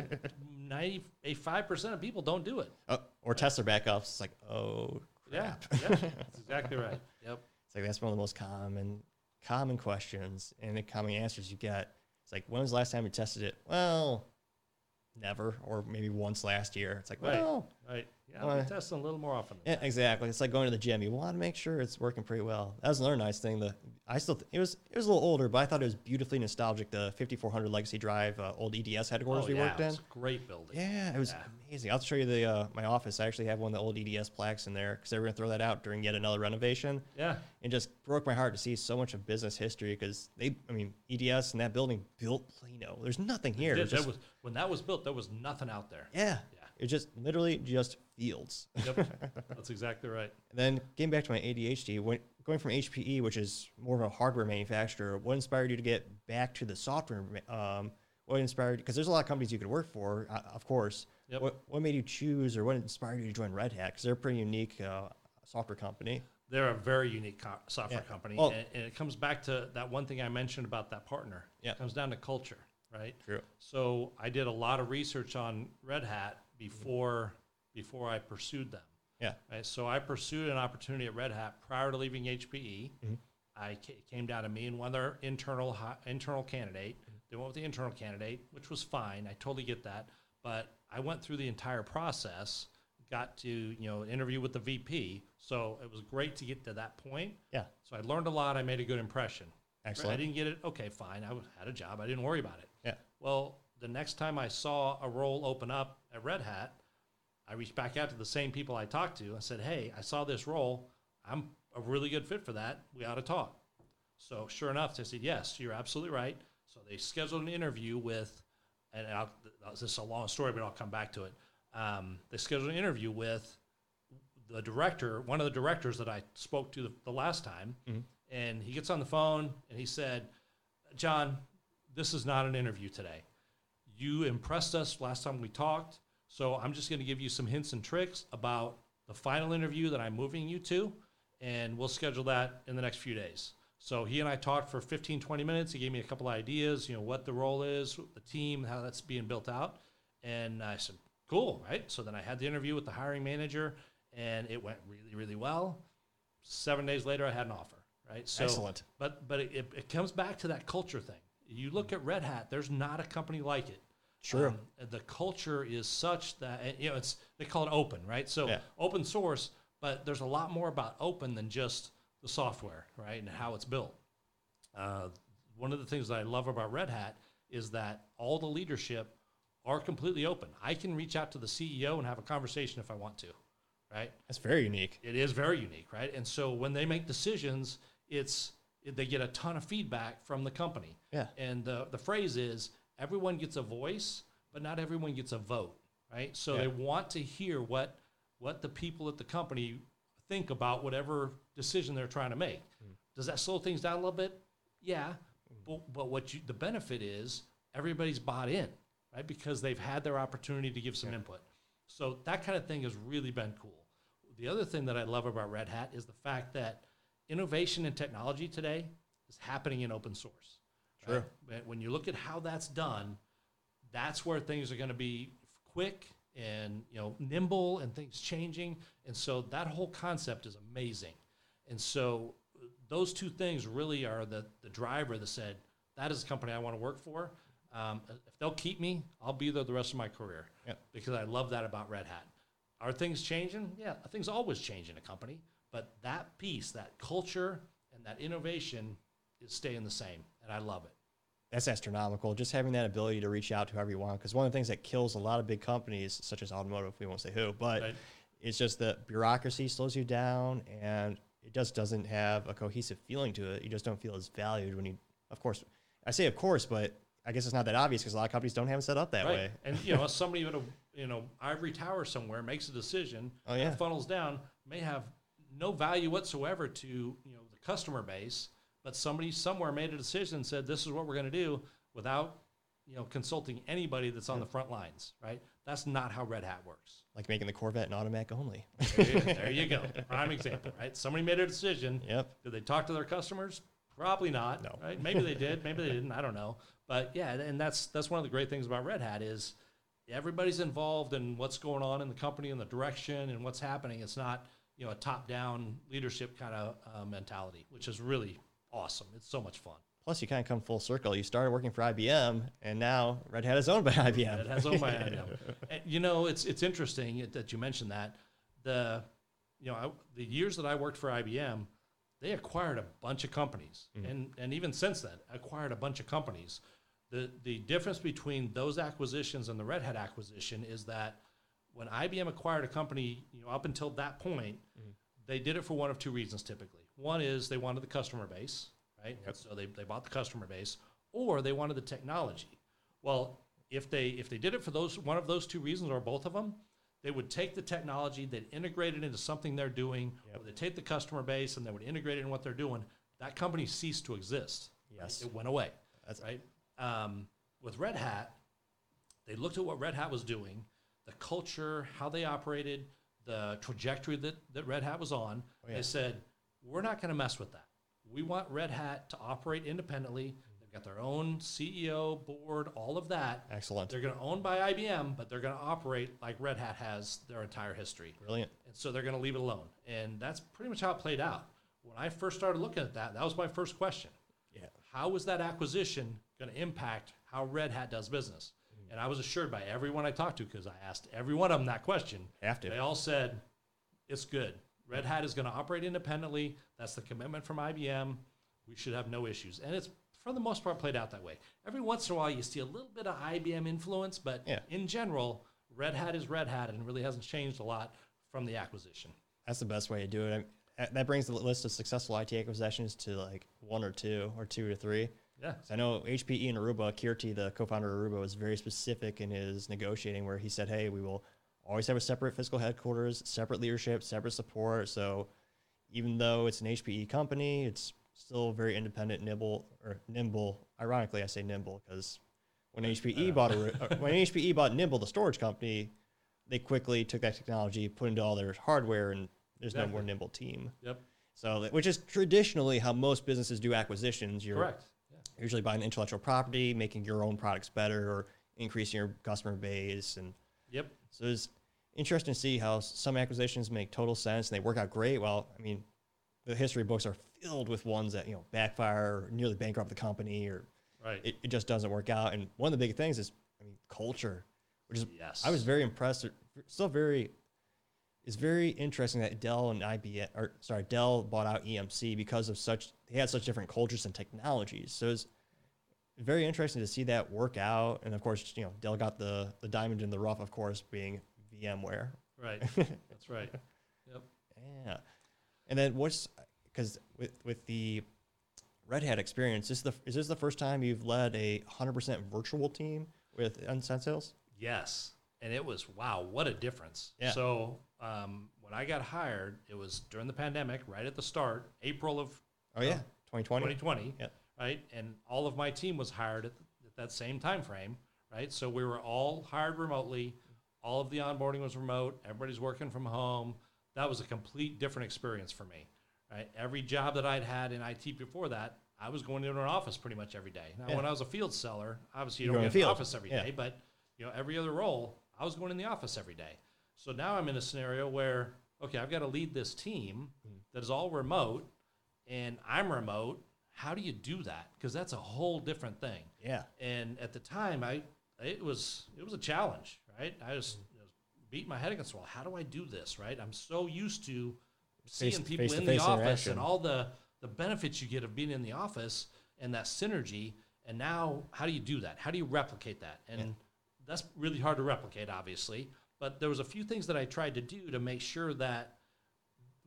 ninety five percent of people don't do it. Oh, or Tesla backups. It's like, oh, Yeah. yeah. That's exactly right. Yep. It's like that's one of the most common common questions and the common answers you get. It's like, when was the last time you tested it? Well, never, or maybe once last year. It's like, Right. well, Right. Yeah. I'll Uh, be testing a little more often. yeah, exactly. It's like going to the gym. You want to make sure it's working pretty well. That was another nice thing. The I still th- it was it was a little older, but I thought it was beautifully nostalgic. The 5400 Legacy Drive, uh, old EDS headquarters Oh, we yeah, worked in. It's a great building. Yeah, it was amazing. I'll show you the uh, my office. I actually have one of the old EDS plaques in there because they were gonna throw that out during yet another renovation. Yeah. It just broke my heart to see so much of business history because they, I mean, EDS and that building built Plano. There's nothing here. Yeah, It was there just- was when that was built, there was nothing out there. yeah. It was just literally just fields. and Yep. That's exactly right. then getting back to my ADHD, when, going from HPE, which is more of a hardware manufacturer, what inspired you to get back to the software? ma- Um, what inspired, because there's a lot of companies you could work for, uh, of course. Yep. What, what made you choose or what inspired you to join Red Hat? Because they're a pretty unique uh, software company. They're a very unique co- software Yeah. company, Well- and, and it comes back to that one thing I mentioned about that partner. Yeah. it comes down to culture, right? True. So I did a lot of research on Red Hat before before I pursued them. Yeah. Right? So I pursued an opportunity at Red Hat prior to leaving HPE. I ca- it came down to me and one other internal hi- internal candidate. They went with the internal candidate, which was fine. I totally get that, but I went through the entire process, got to you know interview with the VP. So it was great to get to that point. Yeah. So I learned a lot. I made a good impression. I Excellent. didn't get it. Okay, fine. I was- had a job. I didn't worry about it. Yeah. Well, the next time I saw a role open up at Red Hat, I reached back out to the same people I talked to. I said, "Hey, I saw this role. I'm a really good fit for that. We ought to talk." So sure enough, they said, "Yes, you're absolutely right." So they scheduled an interview with, and I'll, this is a long story, but I'll come back to it. Um, they scheduled an interview with the director, one of the directors that I spoke to the, the last time, and he gets on the phone and he said, "John, this is not an interview today. You impressed us last time we talked, so I'm just going to give you some hints and tricks about the final interview that I'm moving you to, and we'll schedule that in the next few days." So he and I talked for 15, 20 minutes. He gave me a couple ideas, you know, what the role is, the team, how that's being built out. And I said, cool, right? So then I had the interview with the hiring manager, and it went really, really well. Seven days later, I had an offer, right? So, Excellent. But but it, it comes back to that culture thing. You look at Red Hat. There's not a company like it. Um, Sure. the culture is such that and, you know it's they call it open, right? So Yeah. open source, but there's a lot more about open than just the software, right, and how it's built uh, one of the things that I love about Red Hat is that all the leadership are completely open. I can reach out to the CEO and have a conversation if I want to, right? That's very unique. It is very unique, right? And so when they make decisions, it's they get a ton of feedback from the company. Yeah. And the the phrase is everyone gets a voice, but not everyone gets a vote, right? So they want to hear what what the people at the company think about whatever decision they're trying to make. Hmm. Does that slow things down a little bit? Yeah. But, but what you, the benefit is everybody's bought in, right? Because they've had their opportunity to give some input. So that kind of thing has really been cool. The other thing that I love about Red Hat is the fact that innovation and technology today is happening in open source. Sure. When you look at how that's done, that's where things are going to be quick and you know nimble and things changing and so that whole concept is amazing and so uh, those two things really are the the driver that said that is a company i want to work for um, uh, if they'll keep me i'll be there the rest of my career Yep. because i love that about red hat are things changing yeah things always change in a company but that piece that culture and that innovation is staying the same and i love it that's astronomical. Just having that ability to reach out to whoever you want, because one of the things that kills a lot of big companies, such as automotive, we won't say who, but Right. it's just the bureaucracy slows you down, and it just doesn't have a cohesive feeling to it. You just don't feel as valued when you, of course, I say of course, but I guess it's not that obvious because a lot of companies don't have it set up that way. And you know, somebody with a you know ivory tower somewhere makes a decision, Oh, and it yeah. funnels down may have no value whatsoever to you know the customer base, but somebody somewhere made a decision and said this is what we're going to do without you know consulting anybody that's on the front lines. Right? That's not how Red Hat works. Like making the Corvette an automatic only. There you, there you go, prime example. Right? Somebody made a decision. yep. Did they talk to their customers? Probably not. No. Right? Maybe they did. Maybe they didn't. I don't know. But yeah, and- and that's that's one of the great things about Red Hat is everybody's involved in what's going on in the company and the direction and what's happening. It's not you know a top down leadership kind of uh, mentality, which is really awesome. It's so much fun. Plus, you kind of come full circle. You started working for IBM, and now Red Hat is owned by IBM. It has all my IBM. And, you know, it's it's interesting it- that you mentioned that. The you know I, the years that I worked for IBM, they acquired a bunch of companies, and and even since then, acquired a bunch of companies. The the difference between those acquisitions and the Red Hat acquisition is that when IBM acquired a company, you know, up until that point, they did it for one of two reasons typically. One is they wanted the customer base, right? And So they, they bought the customer base, or they wanted the technology. Well, if they if they did it for those one of those two reasons or both of them, they would take the technology, they'd integrate it into something they're doing, or they take the customer base and they would integrate it in what they're doing. That company ceased to exist. right? Yes. It went away. That's- right. Um, with Red Hat, they looked at what Red Hat was doing, the culture, how they operated, the trajectory that, that Red Hat was on. Oh, yeah. They said, we're not going to mess with that. We want Red Hat to operate independently. They've got their own CEO, board, all of that. Excellent. They're going to own by IBM, but they're going to operate like Red Hat has their entire history. Brilliant. And so they're going to leave it alone. And that's pretty much how it played out. When I first started looking at that, that was my first question Yeah. how is that acquisition going to impact how Red Hat does business? Mm. And I was assured by everyone I talked to because I asked every one of them that question. Have to. They all said, it's good. Red Hat is going to operate independently. That's the commitment from IBM. We should have no issues. And it's, for the most part, played out that way. Every once in a while, you see a little bit of IBM influence, but Yeah. in general, Red Hat is Red Hat and really hasn't changed a lot from the acquisition. That's the best way to do it. I mean, that- that brings the list of successful IT acquisitions to like one or two, or two to three. Yeah. 'Cause I know HPE and Aruba, Kirti, the co-founder of Aruba, was very specific in his negotiating, where he said, "Hey, we will always have a separate fiscal headquarters, separate leadership, separate support. So even though it's an HPE company, it's still very independent, nimble or nimble. Ironically, I say nimble because when HPE bought Aru- uh, when HPE bought Nimble, the storage company, they quickly took that technology, put it into all their hardware, and there's no more Exactly. nimble team. Yep. So, that- which is traditionally how most businesses do acquisitions. You're Correct. Yeah. usually buying intellectual property, making your own products better, or increasing your customer base. And Yep. so it's interesting to see how s- some acquisitions make total sense and they work out great. While I mean, the history books are filled with ones that you know backfire, or nearly bankrupt the company, or Right. it, it just doesn't work out. And one of the big things is, I mean, culture, which is yes. I was very impressed. uh, Still very, it's very interesting that Dell and IBM, or sorry, Dell bought out EMC because of such they had such different cultures and technologies. So it's very interesting to see that work out. And of course, you know, Dell got the the diamond in the rough, of course, being VMware. Right. That's right. Yep. Yeah. And then what's because with with the Red Hat experience, this is the is this the first time you've led a hundred percent virtual team with Unsigned Sales? Yes. And it was, wow, what a difference. Yeah. So um, when I got hired, it was during the pandemic, right at the start, April of Oh yeah, twenty twenty. 2020, Yep. right? And all of my team was hired at, at that same time frame, right? So we were all hired remotely. All of the onboarding was remote. Everybody's working from home. That was a complete different experience for me, right? Every job that I'd had in IT before that, I was going into an office pretty much every day. Now, Yeah. when I was a field seller, obviously you You don't go in get the an field. office every day, Yeah. but you know every other role, I was going in the office every day. So now I'm in a scenario where okay, I've got to lead this team that is all remote, and I'm remote. How do you do that? Because that's a whole different thing. Yeah. And at the time, I it was it was a challenge, right? I was, I was beating my head against the wall. How do I do this, right? I'm so used to seeing Face- people in the face-to-face office interaction. and all the the benefits you get of being in the office and that synergy. And now, how do you do that? How do you replicate that? And that's really hard to replicate, obviously. But there was a few things that I tried to do to make sure that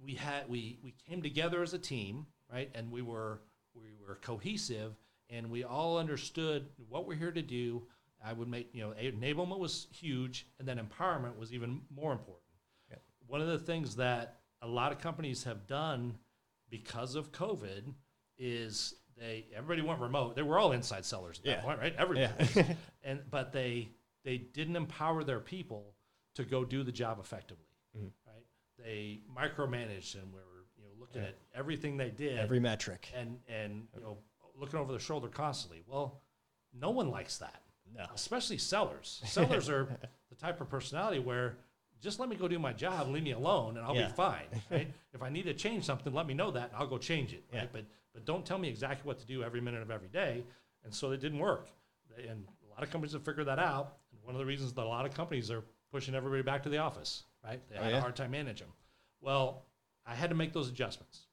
we had we we came together as a team, right? And we were we were cohesive, and we all understood what we're here to do. I would make you know enablement was huge, and then empowerment was even more important. One of the things that a lot of companies have done because of COVID is they everybody went remote. They were all inside sellers at Yeah. that point, right? Every Yeah. business. and but they they didn't empower their people to go do the job effectively, right? They micromanaged and were you know looking at everything they did Every metric. and and you know looking over their shoulder constantly. Well, no one likes that, No. especially sellers. Sellers are the type of personality where just let me go do my job, leave me alone, and I'll Yeah. be fine. Right? if I need to change something, let me know that, and I'll go change it. Yeah. Right? But but don't tell me exactly what to do every minute of every day. And so it didn't work. They- And a lot of companies have figured that out. And one of the reasons that a lot of companies are pushing everybody back to the office, right? They had yeah? a hard time managing them. Well, I had to make those adjustments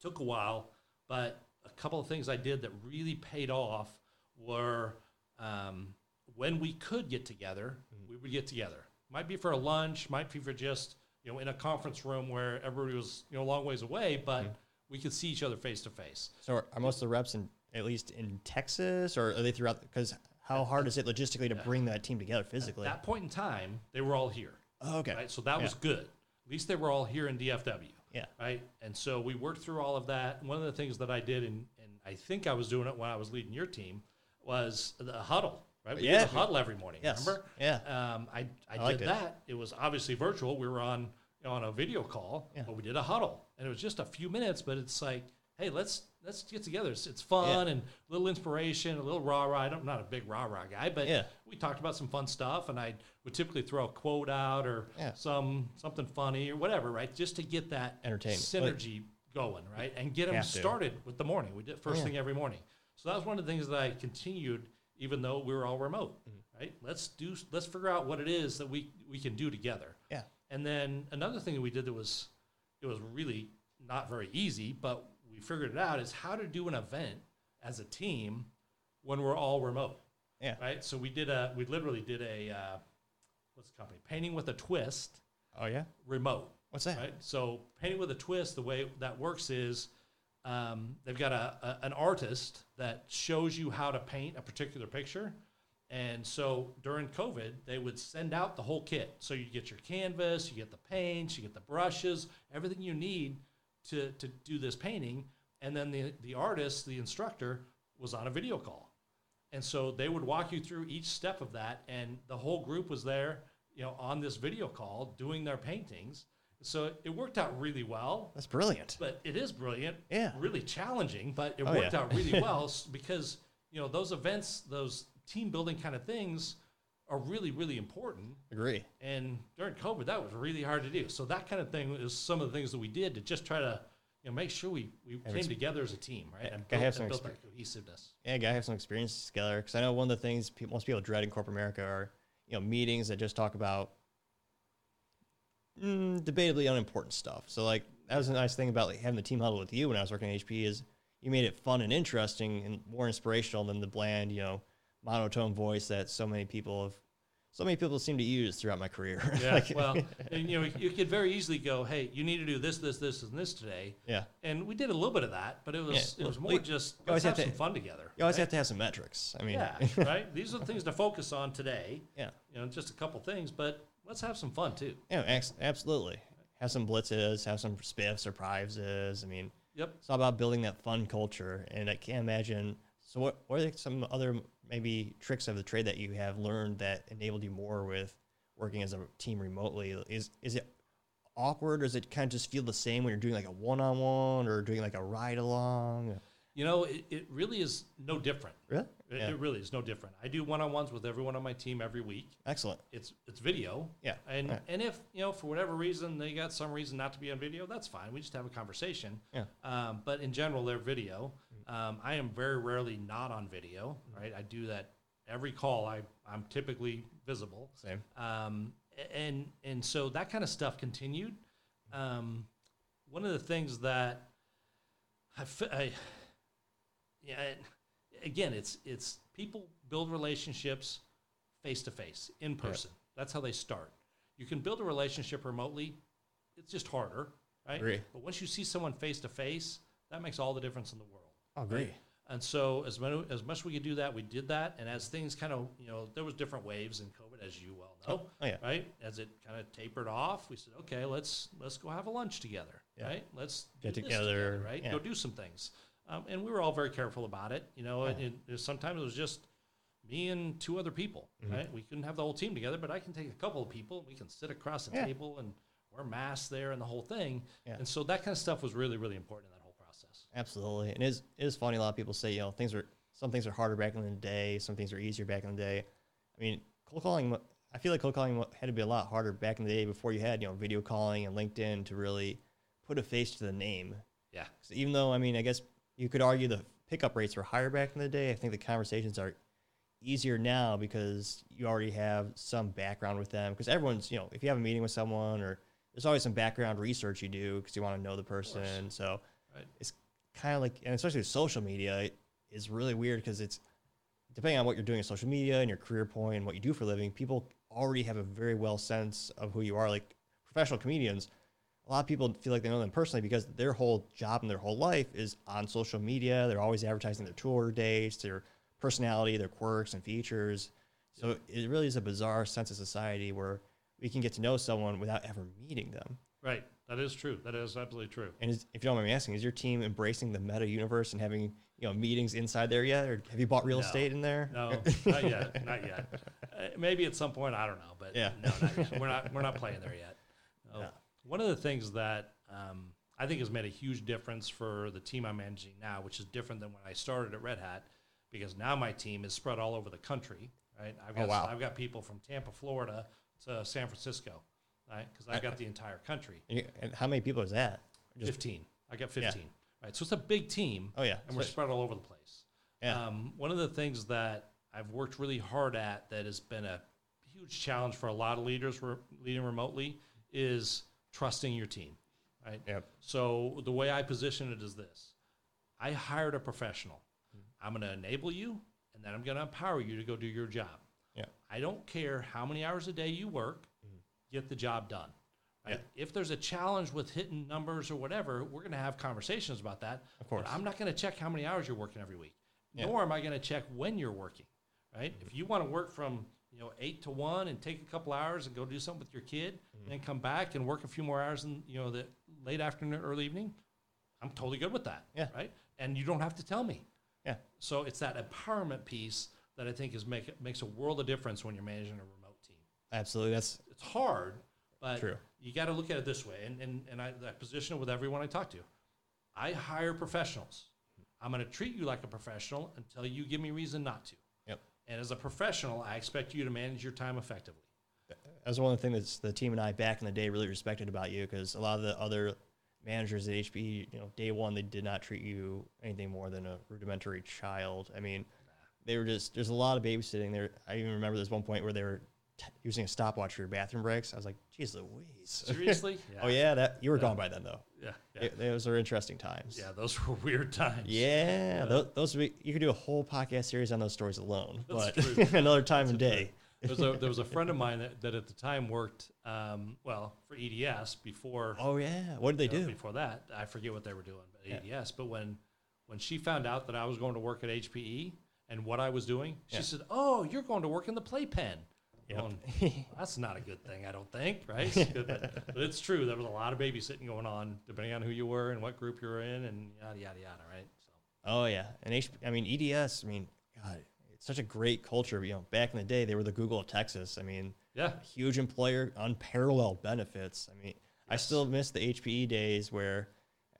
took a while, but a couple of things I did that really paid off were um, when we could get together, we would get together. Might be for a lunch, might be for just you know in a conference room where everybody was you know a long ways away, but we could see each other face to face. So are, are most of the reps in at least in Texas, or are they throughout? Because how hard is it logistically to bring that team together physically? At that point in time, they were all here. Oh, okay. Right. So that was Yeah. good. At least they were all here in DFW. Yeah. Right. And so we worked through all of that. One of the things that I did, and, and I think I was doing it when I was leading your team, was the huddle. Right. We Yeah. did a huddle every morning. Yes. Remember? Yeah. Um, I, I, liked did it. that. It was obviously virtual. We were on on a video call, Yeah. but we did a huddle, and it was just a few minutes. But it's like, hey, let's let's get together. It's, it's fun and a little inspiration, a little rah rah. I'm not a big rah rah guy, but Yeah. we talked about some fun stuff, and I would typically throw a quote out or Yeah. some something funny or whatever, right? Just to get that Entertainment. Like- synergy going, right? And get them Have to. started with the morning. We did first Yeah. thing every morning. So that was one of the things that I continued, even though we were all remote, Mm. right? Let's do. Let's figure out what it is that we we can do together. Yeah. And then another thing that we did that was it was really not very easy, but we figured it out is how to do an event as a team when we're all remote. Yeah. Right. So we did a we literally did a uh, what's the company painting with a twist Oh yeah. remote. What's that? Right. So painting with a twist, the way that works is um, they've got a, a an artist that shows you how to paint a particular picture. And so during COVID, they would send out the whole kit. So you get your canvas, you get the paints, you get the brushes, everything you need to, to do this painting. And then the, the artist, the instructor, was on a video call. And so they would walk you through each step of that, and the whole group was there, you know, on this video call doing their paintings. So it, it worked out really well, That's brilliant. but it is brilliant, Yeah. really challenging, but it Oh, worked yeah. out really well s- because you know those events, those team building kind of things, are really really important. Agree. And during COVID, that was really hard to do. So that kind of thing is some of the things that we did to just try to you know make sure we we came ex- together as a team, right? And gotta built, have and some built that cohesiveness. Yeah, gotta have some experience together. Because I know one of the things people, most people dread in corporate America are, you know, meetings that just talk about mm, debatably unimportant stuff. So like that was a nice thing about like, having the team huddle with you when I was working at HP is you made it fun and interesting and more inspirational than the bland, you know, monotone voice that so many people have, so many people seem to use throughout my career. Yeah. Like, well, and, you know, you could very easily go, "Hey, you need to do this, this, this, and this today." yeah. And we did a little bit of that, but it was Yeah, it was well, more you- just you always let's have, have to- some fun together. You always right? have to have some metrics. I mean, yeah, right. These are the things to focus on today. yeah. You know, just a couple things, but let's have some fun too. Yeah, ex- absolutely. Have some blitzes, have some spiffs or prives. I mean, Yep. it's all about building that fun culture. And I can't imagine. So, what, what are some other maybe tricks of the trade that you have learned that enabled you more with working as a team remotely? Is is it awkward, or does it kind of just feel the same when you're doing like a one on one or doing like a ride along? You know, it, it really is no different. Really? It, Yeah. it really is no different. I do one on ones with everyone on my team every week. Excellent. It's it's video. Yeah, And right. and if you know for whatever reason they got some reason not to be on video, that's fine. We just have a conversation. Yeah. Mm. Um, but in general, they're video. Um, I am very rarely not on video. Right. I do that every call. I I'm typically visible. Same. Um, a- and and so that kind of stuff continued. Um, one of the things that I, fe- I yeah, it- again, it's it's people build relationships face to face in person. That's how they start. You can build a relationship remotely. It's just harder, right? Agree. But once you see someone face to face, that makes all the difference in the world. I agree. And so as much as much we could do that, we did that. And as things kind of, you know, there was different waves in COVID, as you well know, oh, yeah. right? As it kind of tapered off, we said, okay, let's let's go have a lunch together, Yeah. right? Let's Get do this together, right? yeah. Go do some things. Um, and we were all very careful about it, you know. And it, sometimes it was just me and two other people, Mm-hmm. right? We couldn't have the whole team together, but I can take a couple of people. and We can sit across the Yeah. table and wear masks there and the whole thing. Yeah. And so that kind of stuff was really, really important in that whole process. Absolutely, and it's it is funny. A lot of people say, you know, things are some things are harder back in the day, some things are easier back in the day. I mean, cold calling. wa- I feel like cold calling wa- had to be a lot harder back in the day before you had you know video calling and LinkedIn to really put a face to the name. Yeah. 'Cause even though I mean, I guess you could argue the pickup rates were higher back in the day. I think the conversations are easier now because you already have some background with them. Because everyone's you know, if you have a meeting with someone or there's always some background research you do because you want to know the person. So Right. it's kind of like, and especially with social media, it is really weird because it's depending on what you're doing in social media and your career point and what you do for a living, people already have a very well sense of who you are. Like professional comedians, a lot of people feel like they know them personally because their whole job and their whole life is on social media. They're always advertising their tour dates, their personality, their quirks and features. So it really is a bizarre sense of society where we can get to know someone without ever meeting them. Right. That is true. That is absolutely true. And is, if you don't mind me asking, is your team embracing the meta universe and having you know meetings inside there yet, or have you bought real No. estate in there? No, not yet. Not yet. Uh, maybe at some point, I don't know. But Yeah. no, not yet. we're not we're not playing there yet. Uh, One of the things that um, I think has made a huge difference for the team I'm managing now, which is different than when I started at Red Hat, because now my team is spread all over the country. Right? I've got Oh, wow. I've got people from Tampa, Florida, to San Francisco. Right? Because I've got the entire country. And, you- and how many people is that? Just- 15. I got 15. Right. So it's a big team. Oh, yeah. And we're So- spread all over the place. Yeah. Um, one of the things that I've worked really hard at that has been a huge challenge for a lot of leaders re- leading remotely is trusting your team. Right. Yep. So the way I position it is this I hired a professional. Mm-hmm. I'm going to enable you and then I'm going to empower you to go do your job. Yeah. I don't care how many hours a day you work, Mm. get the job done. right? If there's a challenge with hitting numbers or whatever, we're going to have conversations about that. Of course. I'm not going to check how many hours you're working every week, nor am I going to check when you're working. Right? Mm-hmm. If you want to work from you know eight to one and take a couple hours and go do something with your kid, Mm-hmm. and then come back and work a few more hours in you know the late afternoon, early evening, I'm totally good with that. Yeah. Right? And you don't have to tell me. Yeah. So it's that empowerment piece that I think is make makes a world of difference when you're managing a remote team. Absolutely. That's It's hard, but True. you got to look at it this way. And and and I, I position it with everyone I talk to. I hire professionals. I'm going to treat you like a professional until you give me reason not to. yep. And as a professional, I expect you to manage your time effectively. That was one of the things that the team and I back in the day really respected about you because a lot of the other managers at HP, you know, day one they did not treat you anything more than a rudimentary child. I mean, they were just there's a lot of babysitting there. I even remember there's one point where they were t- using a stopwatch for your bathroom breaks. I was like, "Jeez Louise." Seriously? Oh yeah, that you were gone by then though. Yeah. Yeah. It- those are interesting times. Yeah, Those were weird times. Yeah, those, those would be, you could do a whole podcast series on those stories alone, That's but true. another time and day. There was a, there was a friend of mine that, that at the time worked, um, well, for EDS before Oh yeah, what did they you know, do? before that. I forget what they were doing, but ADS. But when when she found out that I was going to work at HPE and what I was doing, she said, "Oh, you're going to work in the playpen." Going, "Well, that's not a good thing, I don't think, right? but, but it's true. There was a lot of babysitting going on, depending on who you were and what group you were in, and yada yada yada, right? So Oh yeah, and HP, I mean EDS. I mean, God, it's such a great culture. You know, back in the day, they were the Google of Texas. I mean, yeah, huge employer, unparalleled benefits. I mean, I still miss the HPE days where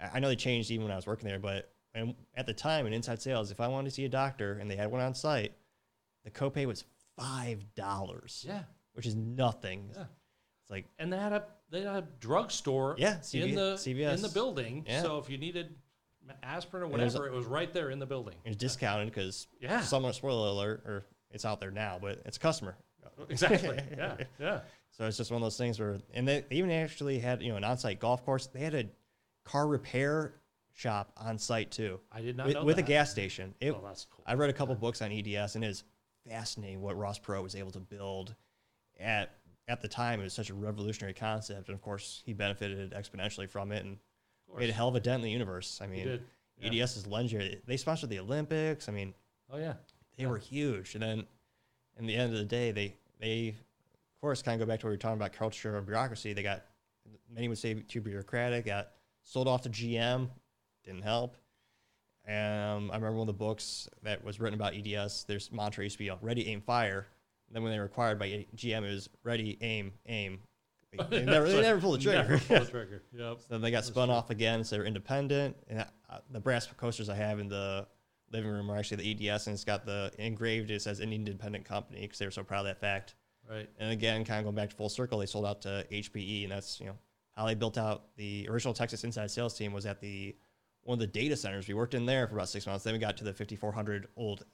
I I know they changed even when I was working there, but and at the time in inside sales, if I wanted to see a doctor and they had one on site, the copay was five dollars. Yeah. which is nothing. Yeah. It's like and they had a they had a drugstore, Yeah, in CV the CVS. in the building. Yeah. So if you needed aspirin or there's a- whatever, it was right there in the building. it's discounted because Yeah. someone spoiler alert or it's out there now, but it's a customer. Exactly. yeah, yeah. So it's just one of those things where, and they they even actually had you know an on-site golf course. They had a car repair shop on site too. I did not with, know with a that. gas station. It, Oh, that's cool. I read E a couple books on EDS, and it is fascinating what Ross Pro was able to build at at the time it was such a revolutionary concept, and of course he benefited exponentially from it and made a hell of a dent in the universe. I mean, did, yeah. EDS is legendary. They sponsored the Olympics. I mean, Oh yeah. they were huge. And then, in the end of the day, they they of course kind of go back to what we were talking about culture and bureaucracy. They got many would say too bureaucratic. Got sold off to GM, didn't help. Um, I remember one of the books that was written about EDS. There's mantra used to be uh, "Ready, Aim, Fire." And then when they were acquired by GM, it was "Ready, Aim, Aim." They never, they never pulled the trigger. Never pull the trigger. Yep. Then they got spun off again, so they're independent. And I, I- the brass coasters I have in the living room are actually the EDS, and it's got the engraved. It says an independent company because they were so proud of that fact. Right. And again, kind of going back to full circle, they sold out to HPE, and that's you know how they built out the original Texas inside sales team was at the one of the data centers. We worked in there for about six months. Then we got to the 5400 old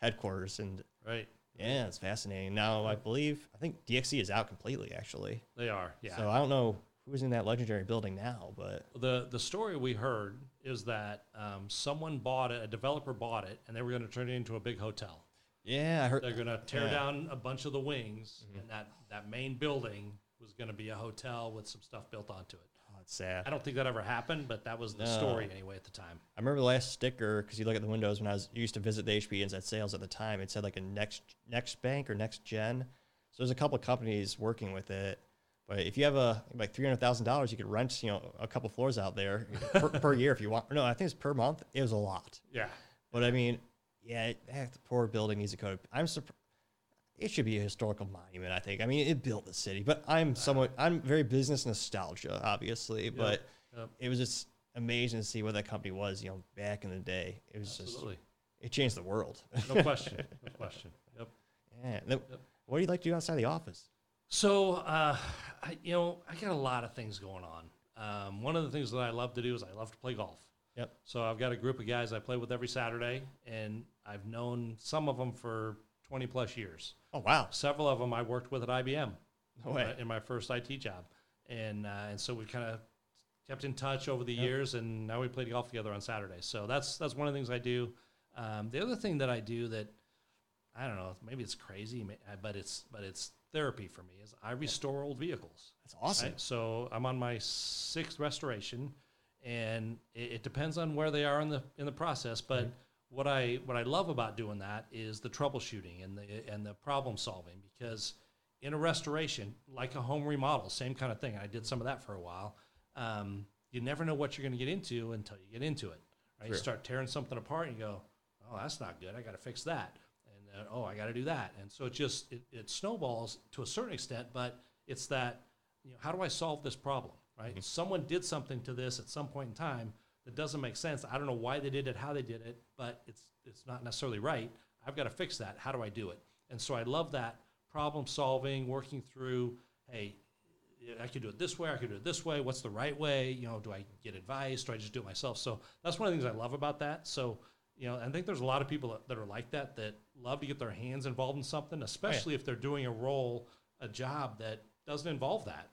headquarters, and Right. yeah, it's fascinating. Now I believe I think DXC is out completely actually. They are. Yeah. So I don't know who's in that legendary building now, but. the the story we heard is that um, someone bought it, a developer bought it, and they were going to turn it into a big hotel. Yeah, I heard. They're going to tear Yeah. Mm-hmm. down a bunch of the wings, and that that main building was going to be a hotel with some stuff built onto it. Oh, it's sad. I don't think that ever happened, but that was the story anyway at the time. I remember the last sticker because you look at the windows when I was used to visit the HP inside sales at the time. It said like a next next bank or next gen. So there's a couple of companies working with it. But if you have a like three hundred thousand dollars, you could rent you know a couple floors out there per, per year if you want. No, I think it's per month. It was a lot. Yeah. But I mean, yeah, it, heck, the poor building needs a code. I'm surprised. It should be a historical monument, I think. I mean, it built the city, but I'm somewhat, I'm very business nostalgia, obviously, but yep. it was just amazing to see what that company was, you know, back in the day. It was Absolutely. just, it changed the world. No question. No question. Yep. yeah. Then What do you like to do outside the office? So, uh, I, you know, I got a lot of things going on. Um, one of the things that I love to do is I love to play golf. Yep. So I've got a group of guys I play with every Saturday, and I've known some of them for 20 plus years. Oh, wow. Several of them I worked with at IBM No way. in my- in my first IT job, and uh, and so we kind of kept in touch over the years, and now we play golf together on Saturdays. So that's that's one of the things I do. Um, the other thing that I do that I don't know, maybe it's crazy, ma- uh, but it's but it's therapy for me is I restore old vehicles. That's awesome. Right? So I'm on my sixth restoration, and it, it depends on where they are in the in the process. But what I what I love about doing that is the troubleshooting and the and the problem solving because in a restoration, like a home remodel, same kind of thing. I did some of that for a while. Um, you never know what you're going to get into until you get into it. Right? You start tearing something apart, and you go, "Oh, that's not good. I got to fix that." and uh, oh, I got to do that. And so it just it, it snowballs to a certain extent, but it's that you know how do I solve this problem? Right? Someone did something to this at some point in time that doesn't make sense. I don't know why they did it, how they did it, but it's it's not necessarily right. I've got to fix that. How do I do it? And so I love that problem solving, working through. Hey, yeah, I could do it this way, I could do it this way. What's the right way? You know, do I get advice? Do I just do it myself? So that's one of the things I love about that. So, you know, I think there's a lot of people that, that are like that that love to get their hands involved in something, especially if they're doing a role, a job that doesn't involve that.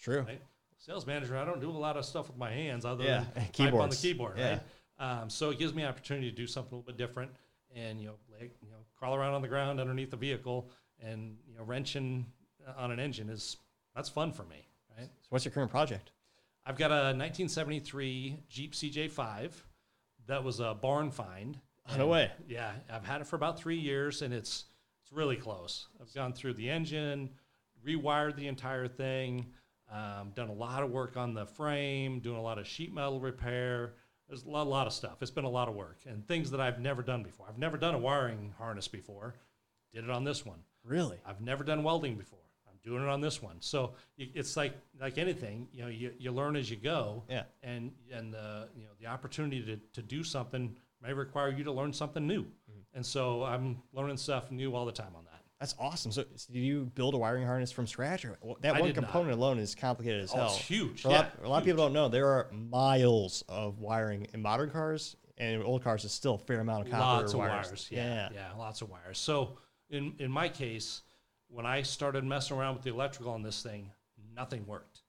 True. Right? Sales manager, I don't do a lot of stuff with my hands other Yeah, than type on the keyboards. keyboard, Yeah. right? Um, so it gives me an opportunity to do something a little bit different, and you know, like, you know, crawl around on the ground underneath the vehicle, and you know, wrenching on an engine is that's fun for me, right? So what's your current project? I've got a 1973 Jeep CJ5 that was a barn find. Oh, no way. Yeah, I've had it for about three years, and it's it's really close. I've gone through the engine, rewired the entire thing, um, done a lot of work on the frame, doing a lot of sheet metal repair. There's a lot, lot of stuff. It's been a lot of work and things that I've never done before. I've never done a wiring harness before. Did it on this one. Really? I've never done welding before. I'm doing it on this one. So y- it's like like anything, you know, you, you learn as you go. Yeah. And and the you know the opportunity to, to do something may require you to learn something new. Mm-hmm. And so I'm learning stuff new all the time on that. That's awesome. So, so did you build a wiring harness from scratch? Or wh- that I one did not. component alone is complicated as Oh, hell. it's huge. A lot, Yeah, a lot of people don't know there are miles of wiring in modern cars, and in old cars is still a fair amount of copper lots of wires. wires. Yeah, yeah, lots of wires. So in in my case, when I started messing around with the electrical on this thing, nothing worked.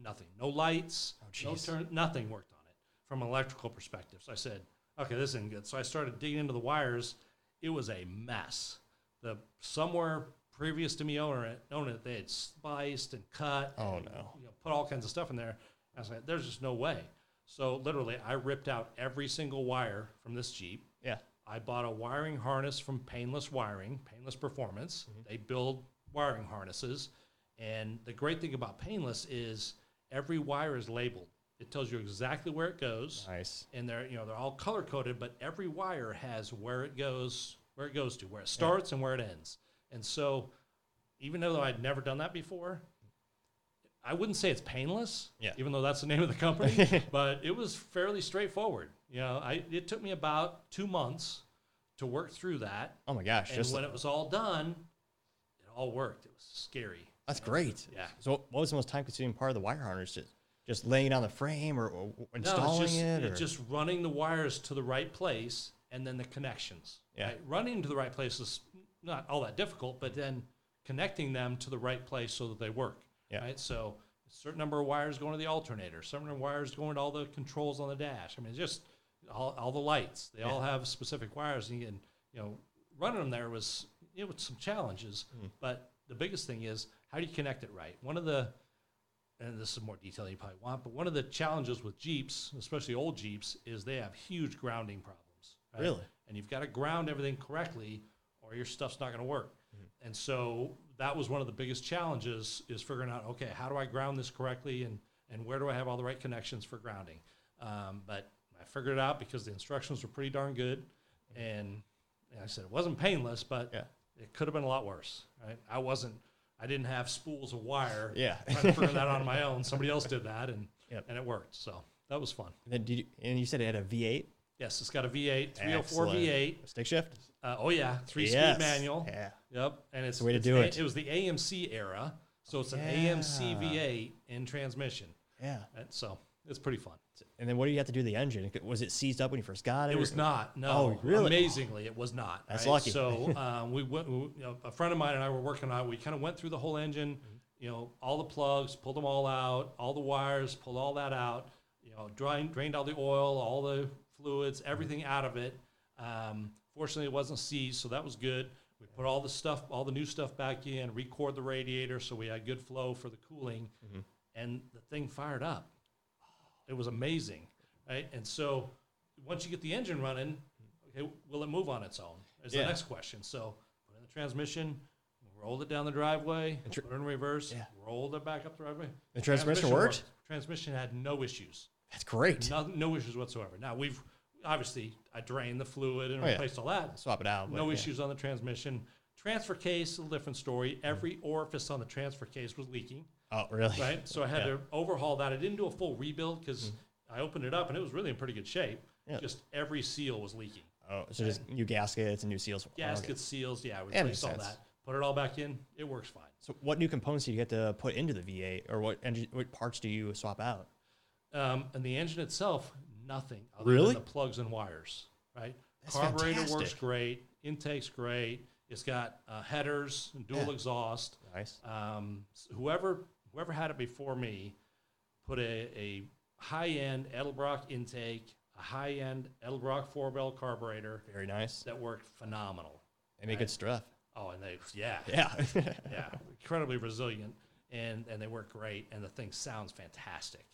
Nothing. No lights. no jeez. turn. Nothing worked on it from an electrical perspective. So I said, okay, this isn't good. So I started digging into the wires. It was a mess. The somewhere previous to me owning it, owning it, they had spliced and cut. Oh, and, no. You know, put all kinds of stuff in there. I was like, there's just no way. So literally, I ripped out every single wire from this Jeep. Yeah. I bought a wiring harness from Painless Wiring, Painless Performance. They build wiring harnesses. And the great thing about Painless is every wire is labeled. It tells you exactly where it goes. Nice. And they're, you know, they're all color coded, but every wire has where it goes, where it goes to, where it starts and where it ends. And so even though I'd never done that before, I wouldn't say it's painless, Yeah. even though that's the name of the company, but it was fairly straightforward. You know, I it took me about two months to work through that, Oh my gosh. and Just when it was all done, it all worked. It was scary. that's great. Yeah. So what was the most time consuming part of the wire harness? Just, just laying it on the frame or, or installing no, it's just, it? it's or- just running the wires to the right place and then the connections. Yeah. right? Running to the right place is not all that difficult, but then connecting them to the right place so that they work. Yeah. Right. So a certain number of wires going to the alternator, certain number of wires going to all the controls on the dash. I mean, it's just all, all the lights. They all have specific wires, and you, can, you know, running them there was it was some challenges. Hmm. But the biggest thing is how do you connect it right? One of the and this is more detail you probably want, but one of the challenges with Jeeps, especially old Jeeps, is they have huge grounding problems. Really? And you've got to ground everything correctly or your stuff's not going to work. Mm-hmm. And so that was one of the biggest challenges is figuring out, okay, how do I ground this correctly and, and where do I have all the right connections for grounding? Um, but I figured it out because the instructions were pretty darn good. And, and I said, it wasn't painless, but Mm-hmm. Yeah. it could have been a lot worse. Right? I wasn't, I didn't have spools of wire Yeah. trying to figure that out on my own. Somebody else did that, and Yep. and it worked. So that was fun. And then did you, and you said it had a V8? Yes, it's got a V8, 304 Excellent. V8. Stick shift? Uh, oh yeah, three Yes. speed manual. Yeah. Yep, and it's the way to it's do a- it. It was the AMC era, so it's an Yeah. AMC V8 in transmission, Yeah. and so it's pretty fun. And then what do you have to do to the engine? Was it seized up when you first got it? It or- was not. Oh, No, really? Amazingly, it was not. That's lucky. So um, we went. We, you know, a friend of mine and I were working on. it. We kind of went through the whole engine. You know, all the plugs, pulled them all out. All the wires, pulled all that out. You know, drained drained all the oil, all the fluids, everything out of it. Um, fortunately, it wasn't seized, so that was good. We put all the stuff, all the new stuff back in, record the radiator, so we had good flow for the cooling, Mm-hmm. and the thing fired up. It was amazing, right? And so once you get the engine running, okay, will it move on its own? Is Yeah. the next question. So put in the transmission, rolled it down the driveway, tr- put it in reverse, Yeah. rolled it back up the driveway. The transmission worked? Transmission had no issues. That's great. No, no issues whatsoever. Now we've obviously I drained the fluid and Oh, yeah. replaced all that. Swap it out. but no yeah. issues on the transmission. Transfer case, a different story. Every orifice on the transfer case was leaking Oh, really? right? So I had Yeah. Mm-hmm. to overhaul that. I didn't do a full rebuild because I opened it up and it was really in pretty good shape. Yeah. Just every seal was leaking. Oh, so just new gaskets and new seals. Oh, okay. Gaskets, seals, yeah, we That replaced all makes sense. that. Put it all back in. It works fine. So what new components do you get to put into the V8, or what engine, what parts do you swap out? Um, and the engine itself, nothing other Really? than the plugs and wires, right? That's Carburetor works fantastic. great. Intake's great. It's got uh, headers, and dual Yeah. exhaust. Nice. um, s- whoever whoever had it before me put a, a high end Edelbrock intake, a high end Edelbrock four bell carburetor Very nice. that worked phenomenal. They make good stuff. Oh, and they yeah Yeah. yeah incredibly resilient and and they work great and the thing sounds fantastic.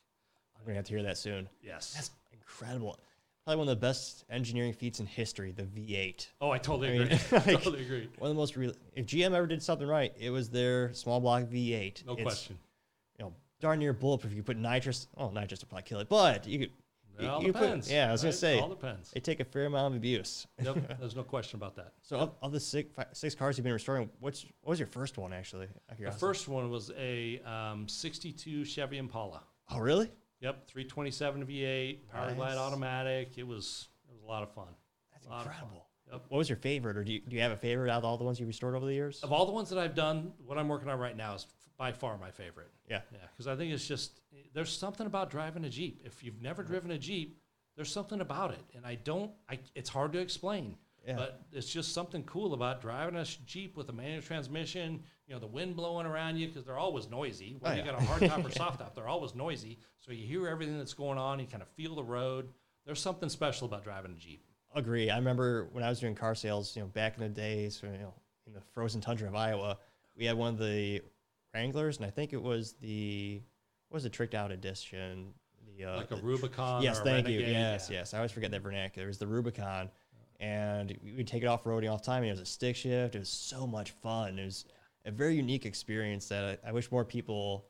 We're gonna have to hear that soon. Yes. That's incredible. Probably one of the best engineering feats in history. The V8. oh, I totally agree. mean, I like- totally agree. One of the most real. If GM ever did something right, it was their small block V8. No It's, question. You know, darn near bulletproof. You put nitrous. Oh, nitrous would probably kill it, but you could. It you- all you put- depends. yeah, I was gonna right? say. all depends. They take a fair amount of abuse. Yep, there's no question about that. So of, of the six, fi six cars you've been restoring, what's what was your first one actually? Out of The curiosity. first one was a um, 62 Chevy Impala. Oh, really? Yep, 327 V8, power Nice. glide automatic. It was it was a lot of fun. That's Lot of fun. incredible. Yep. What was your favorite, or do you, do you have a favorite out of all the ones you restored over the years? Of all the ones that I've done, what I'm working on right now is f- by far my favorite. Yeah. Yeah, because I think it's just there's something about driving a Jeep. If you've never driven a Jeep, there's something about it, and I don't. I it's hard to explain. Yeah. But it's just something cool about driving a sh- Jeep with a manual transmission. You know, the wind blowing around you because they're always noisy. Whether Oh, yeah. you got a hard top or soft top, they're always noisy. So you hear everything that's going on. You kind of feel the road. There's something special about driving a Jeep. Agree. I remember when I was doing car sales, you know, back in the days, you know, in the frozen tundra of Iowa, we had one of the Wranglers, and I think it was the what was the tricked out edition. The uh, like a the- Rubicon. Yes, or a thank you. Renegade, Yes, yeah. yes. I always forget that vernacular. It was the Rubicon, and we would take it off roading all the time. And it was a stick shift. It was so much fun. It was a very unique experience that I, I wish more people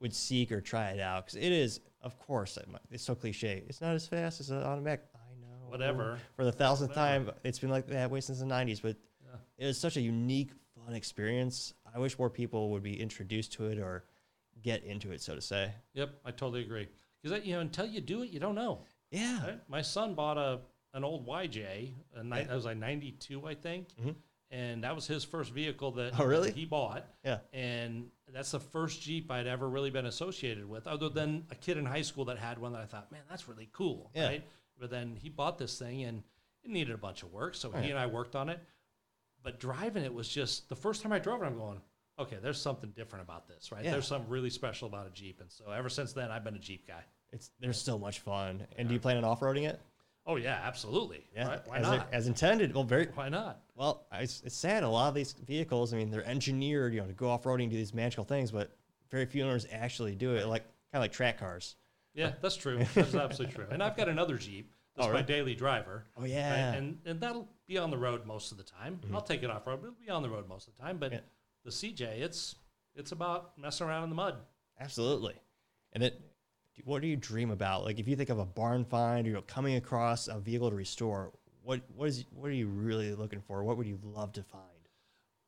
would seek or try it out because it is, of course, it mi- it's so cliche. It's not as fast as an automatic. I know. Whatever. For the thousandth time, it's been like that way since the '90s. But it was such a unique, fun experience. I wish more people would be introduced to it or get into it, so to say. Yep, I totally agree. Because you know, until you do it, you don't know. Yeah. Right? My son bought a an old YJ. A ni- That was like '92, I think, and that was his first vehicle that Mm-hmm. Oh, really? he bought. Yeah. and that's the first Jeep I'd ever really been associated with, other than a kid in high school that had one that I thought, man, that's really cool. Yeah. Right. But then he bought this thing and it needed a bunch of work. So he and I worked on it. But driving it was just the first time I drove it, I'm going, okay, there's something different about this, right? Yeah. There's something really special about a Jeep. And so ever since then, I've been a Jeep guy. It's they're so much fun. And do you plan on off roading it? Oh, yeah, absolutely. Right? Why as, not? as intended. Well, very Why not? well. I- It's, it's sad. A lot of these vehicles. I mean, they're engineered, you know, to go off roading, do these magical things, but very few owners actually do it. Like kind of like track cars. Yeah, that's true. That's absolutely true. And I've got another Jeep. That's Oh, my really? daily driver. Oh, yeah. Mm-hmm. And and that'll be on the road most of the time. I'll take it off road, but it'll be on the road most of the time. But Yeah. the CJ, it's it's about messing around in the mud. Absolutely. And then, do- what do you dream about? Like, if you think of a barn find, or you know, coming across a vehicle to restore, what what is what are you really looking for? What would you love to find?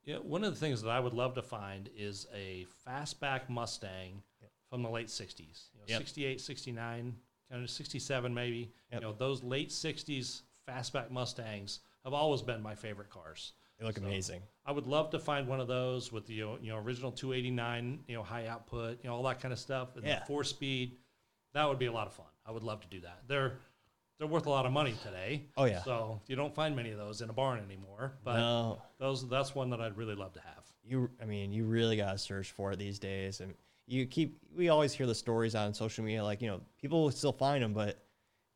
Yeah, one of the things that I would love to find is a fastback Mustang from the late 60s, you know, Yep. 68, 69, kind of 67 maybe. Yep. You know, those late 60s fastback Mustangs have always been my favorite cars. They look amazing. I would love to find one of those with the you know, you know original 289, you know high output, you know all that kind of stuff, and Yeah. the four speed. That would be a lot of fun. I would love to do that. They're they're worth a lot of money today. Oh, yeah. So you don't find many of those in a barn anymore. But No. those that's one that I'd really love to have. you i mean you really got to search for it these days and you keep we always hear the stories on social media like you know people will still find them but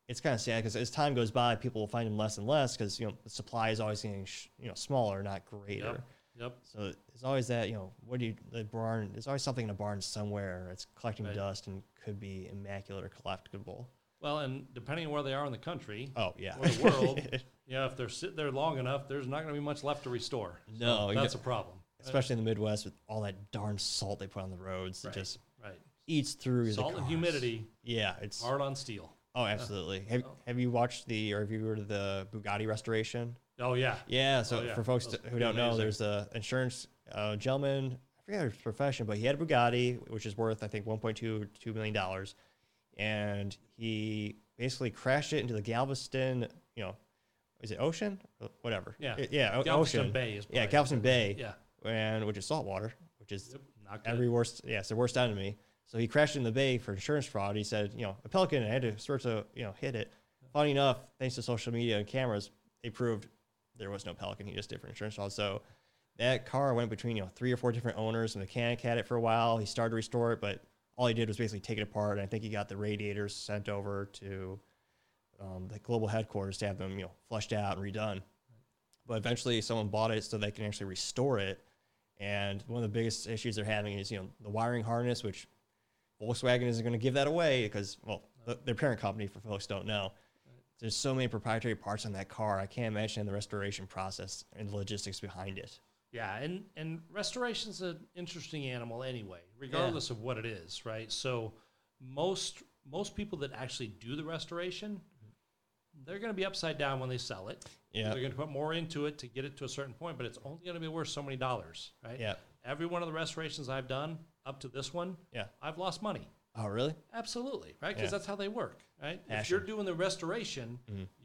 it's kind of sad because as time goes by people will find them less and less because you know the supply is always getting sh- you know smaller not greater Yep. Yep. so there's always that you know what do you the barn there's always something in a barn somewhere it's collecting Right. dust and could be immaculate or collectible Well, and depending on where they are in the country oh yeah or the world, you know, if they're sitting there long enough, there's not going to be much left to restore. No, you that's know- a problem. especially in the midwest with all that darn salt they put on the roads it just Right. eats through the Salt and cars. humidity, yeah it's hard on steel. Oh, absolutely. Have, have you watched the or have you heard of the Bugatti restoration? Oh yeah. Yeah. So yeah. for folks Those t- who would be don't know, amazing. there's a insurance uh, gentleman. I forget his profession, but he had a Bugatti, which is worth I think 1.2 or 2 million dollars, and he basically crashed it into the Galveston. You know, is it ocean? Uh, Whatever. Yeah. It- yeah. o- Galveston ocean. Bay is yeah probably- Galveston Bay. Yeah. And which is saltwater, which is Yep. Not good. every worst yeah, it's the worst enemy. So he crashed in the bay for insurance fraud. He said, you know, a pelican I had to sort of, you know, hit it. Funny enough, thanks to social media and cameras, they proved there was no pelican. He just did for insurance fraud. So that car went between, you know, three or four different owners. The mechanic had it for a while. He started to restore it, but all he did was basically take it apart. And I think he got the radiators sent over to um, the global headquarters to have them, you know, flushed out and redone. But eventually, someone bought it so they can actually restore it. And one of the biggest issues they're having is, you know, the wiring harness, which Volkswagen isn't going to give that away because, well, th- their parent company, for folks who don't know, there's so many proprietary parts on that car. I can't imagine the restoration process and the logistics behind it. Yeah, and and restoration's an interesting animal anyway, regardless of what it is, right? So most most people that actually do the restoration, they're going to be upside down when they sell it. Yeah. they're going to put more into it to get it to a certain point, but it's only going to be worth so many dollars, right? Yeah. Every one of the restorations I've done up to this one, Yeah. I've lost money. Oh, really? Absolutely, right? Because Yeah. Mm-hmm. that's how they work, right? If you're Passion. doing the restoration,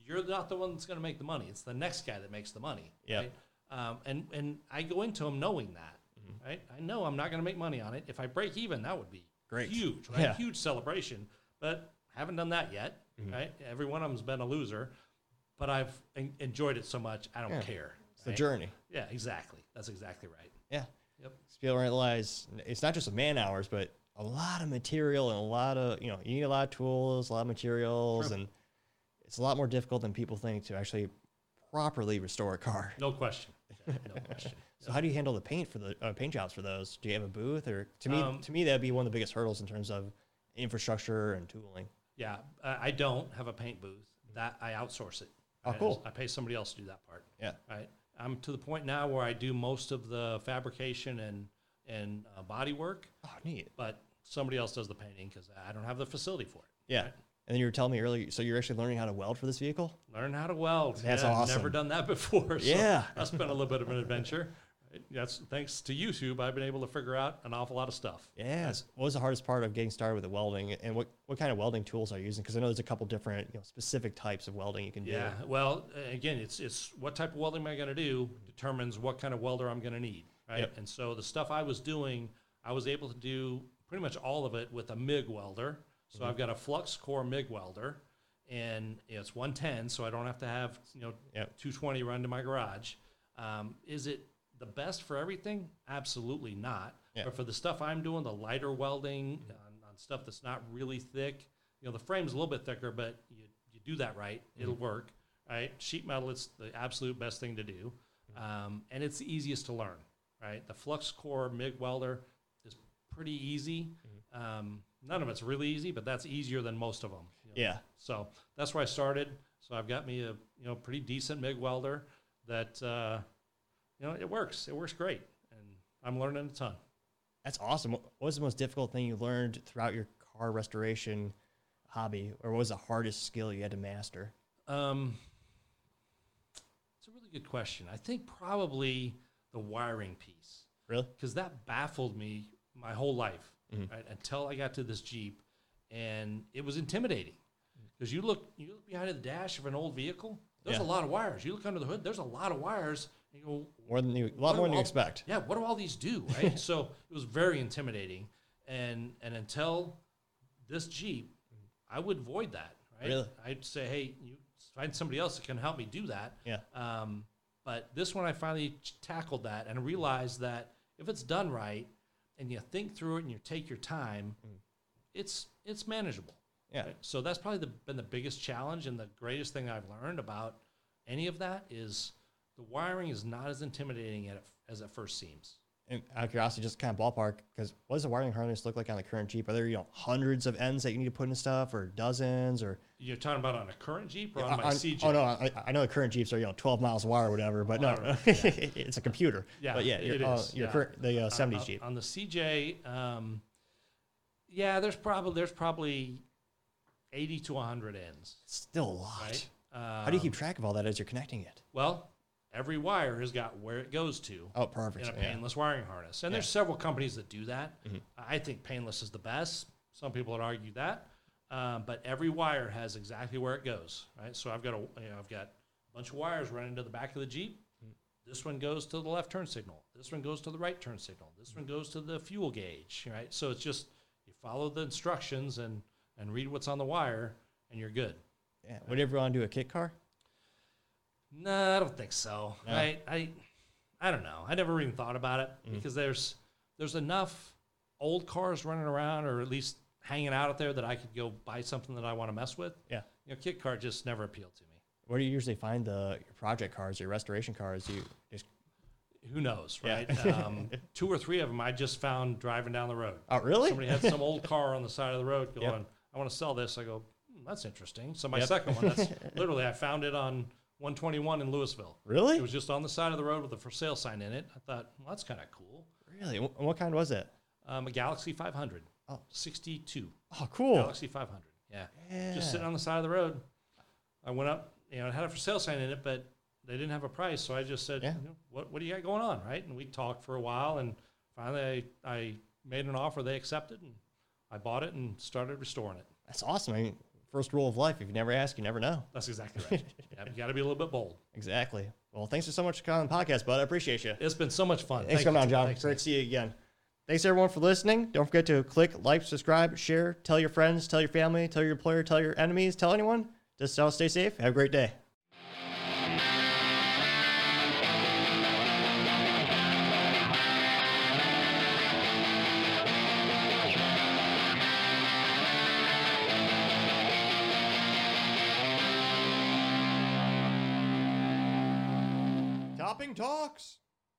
you're not the one that's going to make the money. It's the next guy that makes the money, Yeah. right? Um, and and I go into them knowing that, Mm-hmm. right? I know I'm not going to make money on it. If I break even, that would be Great. huge, right? Yeah. Mm-hmm. Huge celebration. But haven't done that yet, right? Every one of them's been a loser, but I've en- enjoyed it so much, I don't care. It's the right? journey. Yeah, exactly. That's exactly right. Yeah. Yep. Spiel realized it's not just a man hours, but a lot of material and a lot of, you know, you need a lot of tools, a lot of materials, and it's a lot more difficult than people think to actually properly restore a car. No question. Yeah, No question. So how do you handle the paint for the uh, paint jobs for those? Do you have a booth or to me Um, to me that'd be one of the biggest hurdles in terms of infrastructure and tooling. Yeah, I I don't have a paint booth. That I outsource it. Oh, I- cool. I pay somebody else to do that part. Yeah. Right. I'm to the point now where I do most of the fabrication and and uh, body work, Oh, neat. but somebody else does the painting because I don't have the facility for it. Yeah. And then you were telling me earlier, so you're actually learning how to weld for this vehicle. Learn how to weld. That's Yeah, I've Never awesome. done that before. So Yeah. that's been a little bit of an adventure. That's thanks to YouTube. I've been able to figure out an awful lot of stuff. Yeah. What was the hardest part of getting started with the welding, and what, what kind of welding tools are you using? Because I know there's a couple different you know specific types of welding you can do. Yeah. Well, a- again, it's it's what type of welding am I going to do determines what kind of welder I'm going to need, right? Yep. And so the stuff I was doing, I was able to do pretty much all of it with a MIG welder. So Mm-hmm. I've got a flux core MIG welder, and it's 110, so I don't have to have you know Yep. 220 run to my garage. Um, is it the best for everything? Absolutely not. Yeah. Mm-hmm. But for the stuff I'm doing, the lighter welding on, on stuff that's not really thick, you know, the frame's a little bit thicker, but you, you do that right, it'll work. Right? Sheet metal, it's the absolute best thing to do. Um, and it's the easiest to learn, right? The flux core MIG welder is pretty easy. Um, none of it's really easy, but that's easier than most of them. Yeah. So that's where I started. So I've got me a you know pretty decent MIG welder that uh, you know it works. It works great, and I'm learning a ton. That's awesome. What what was the most difficult thing you learned throughout your car restoration hobby, or what was the hardest skill you had to master? Um, it's a really good question. I think probably the wiring piece Really? because that baffled me my whole life Mm-hmm. right, until I got to this Jeep, and it was intimidating because you look you look behind the dash of an old vehicle. There's Yeah. a lot of wires. You look under the hood. There's a lot of wires. And you go, More than you, a lot more do than you all- expect. Yeah, what do all these do, right? so it was very intimidating, and and until this Jeep, I would void that. Right? Really? I'd say, hey, you find somebody else that can help me do that. Yeah. Um, but this one, I finally ch- tackled that and realized that if it's done right, and you think through it and you take your time, it's it's manageable. Hmm. Yeah. right? So that's probably the, been the biggest challenge and the greatest thing I've learned about any of that is the wiring is not as intimidating at it, as it first seems. And out of curiosity, just kind of ballpark, because what does the wiring harness look like on the current Jeep? Are there you know hundreds of ends that you need to put into stuff, or dozens, or You're talking about on a current Jeep or on my Uh, I- I- CJ? Oh no, I, I know the current Jeeps are you know twelve miles wide or whatever, but no, it's a computer. Yeah, but yeah, your, it uh, is, your yeah. current the uh, Uh, '70s uh, Jeep. On the CJ, um, yeah, there's probably there's probably 80 to 100 ends. Still a lot. Right? Um, How do you keep track of all that as you're connecting it? Well, every wire has got where it goes to Oh, perfect. in a yeah. Mm-hmm. painless wiring harness. And there's several companies that do that. I think painless is the best. Some people would argue that. Um, but every wire has exactly where it goes, right? So I've got a, you know, I've got a bunch of wires running to the back of the Jeep. Mm. This one goes to the left turn signal. This one goes to the right turn signal. This one goes to the fuel gauge, right? So it's just you follow the instructions and and read what's on the wire, and you're good. Yeah. Would you ever want to do a kit car? No, I don't think so. No? I, I, I don't know. I never even thought about it Mm-hmm. because there's there's enough old cars running around, or at least hanging out out there, that I could go buy something that I want to mess with. Yeah. You know, kit car just never appealed to me. Where do you usually find the your project cars, your restoration cars? Do you just Who knows, Yeah. right? um, two or three of them I just found driving down the road. oh really? Somebody had some old car on the side of the road going, I want to sell this. I go, hmm, that's interesting. So my Yep. second one, that's literally, I found it on 121 in Louisville. Really? It was just on the side of the road with a for sale sign in it. I thought, well, that's kind of cool. really? And What kind was it? Um, a Galaxy 500. Oh. 62. Oh, cool. Galaxy 500. Yeah. Yeah. Just sitting on the side of the road. I went up, you know, it had a for sale sign in it, but they didn't have a price. So I just said, Yeah. you know, what, what do you got going on? Right. And we talked for a while. And finally, I, I made an offer they accepted. And I bought it and started restoring it. That's awesome. I mean, first rule of life: if you never ask, you never know. That's exactly right. yeah, you got to be a little bit bold. Exactly. Well, thanks for so much for coming on the podcast, bud. I appreciate you. It's been so much fun. Thanks for Thank coming you. on, John. Thanks. Great to see you again. Thanks everyone for listening. Don't forget to click like, subscribe, share, tell your friends, tell your family, tell your employer, tell your enemies, tell anyone. Just all stay safe. Have a great day. Topping Talks.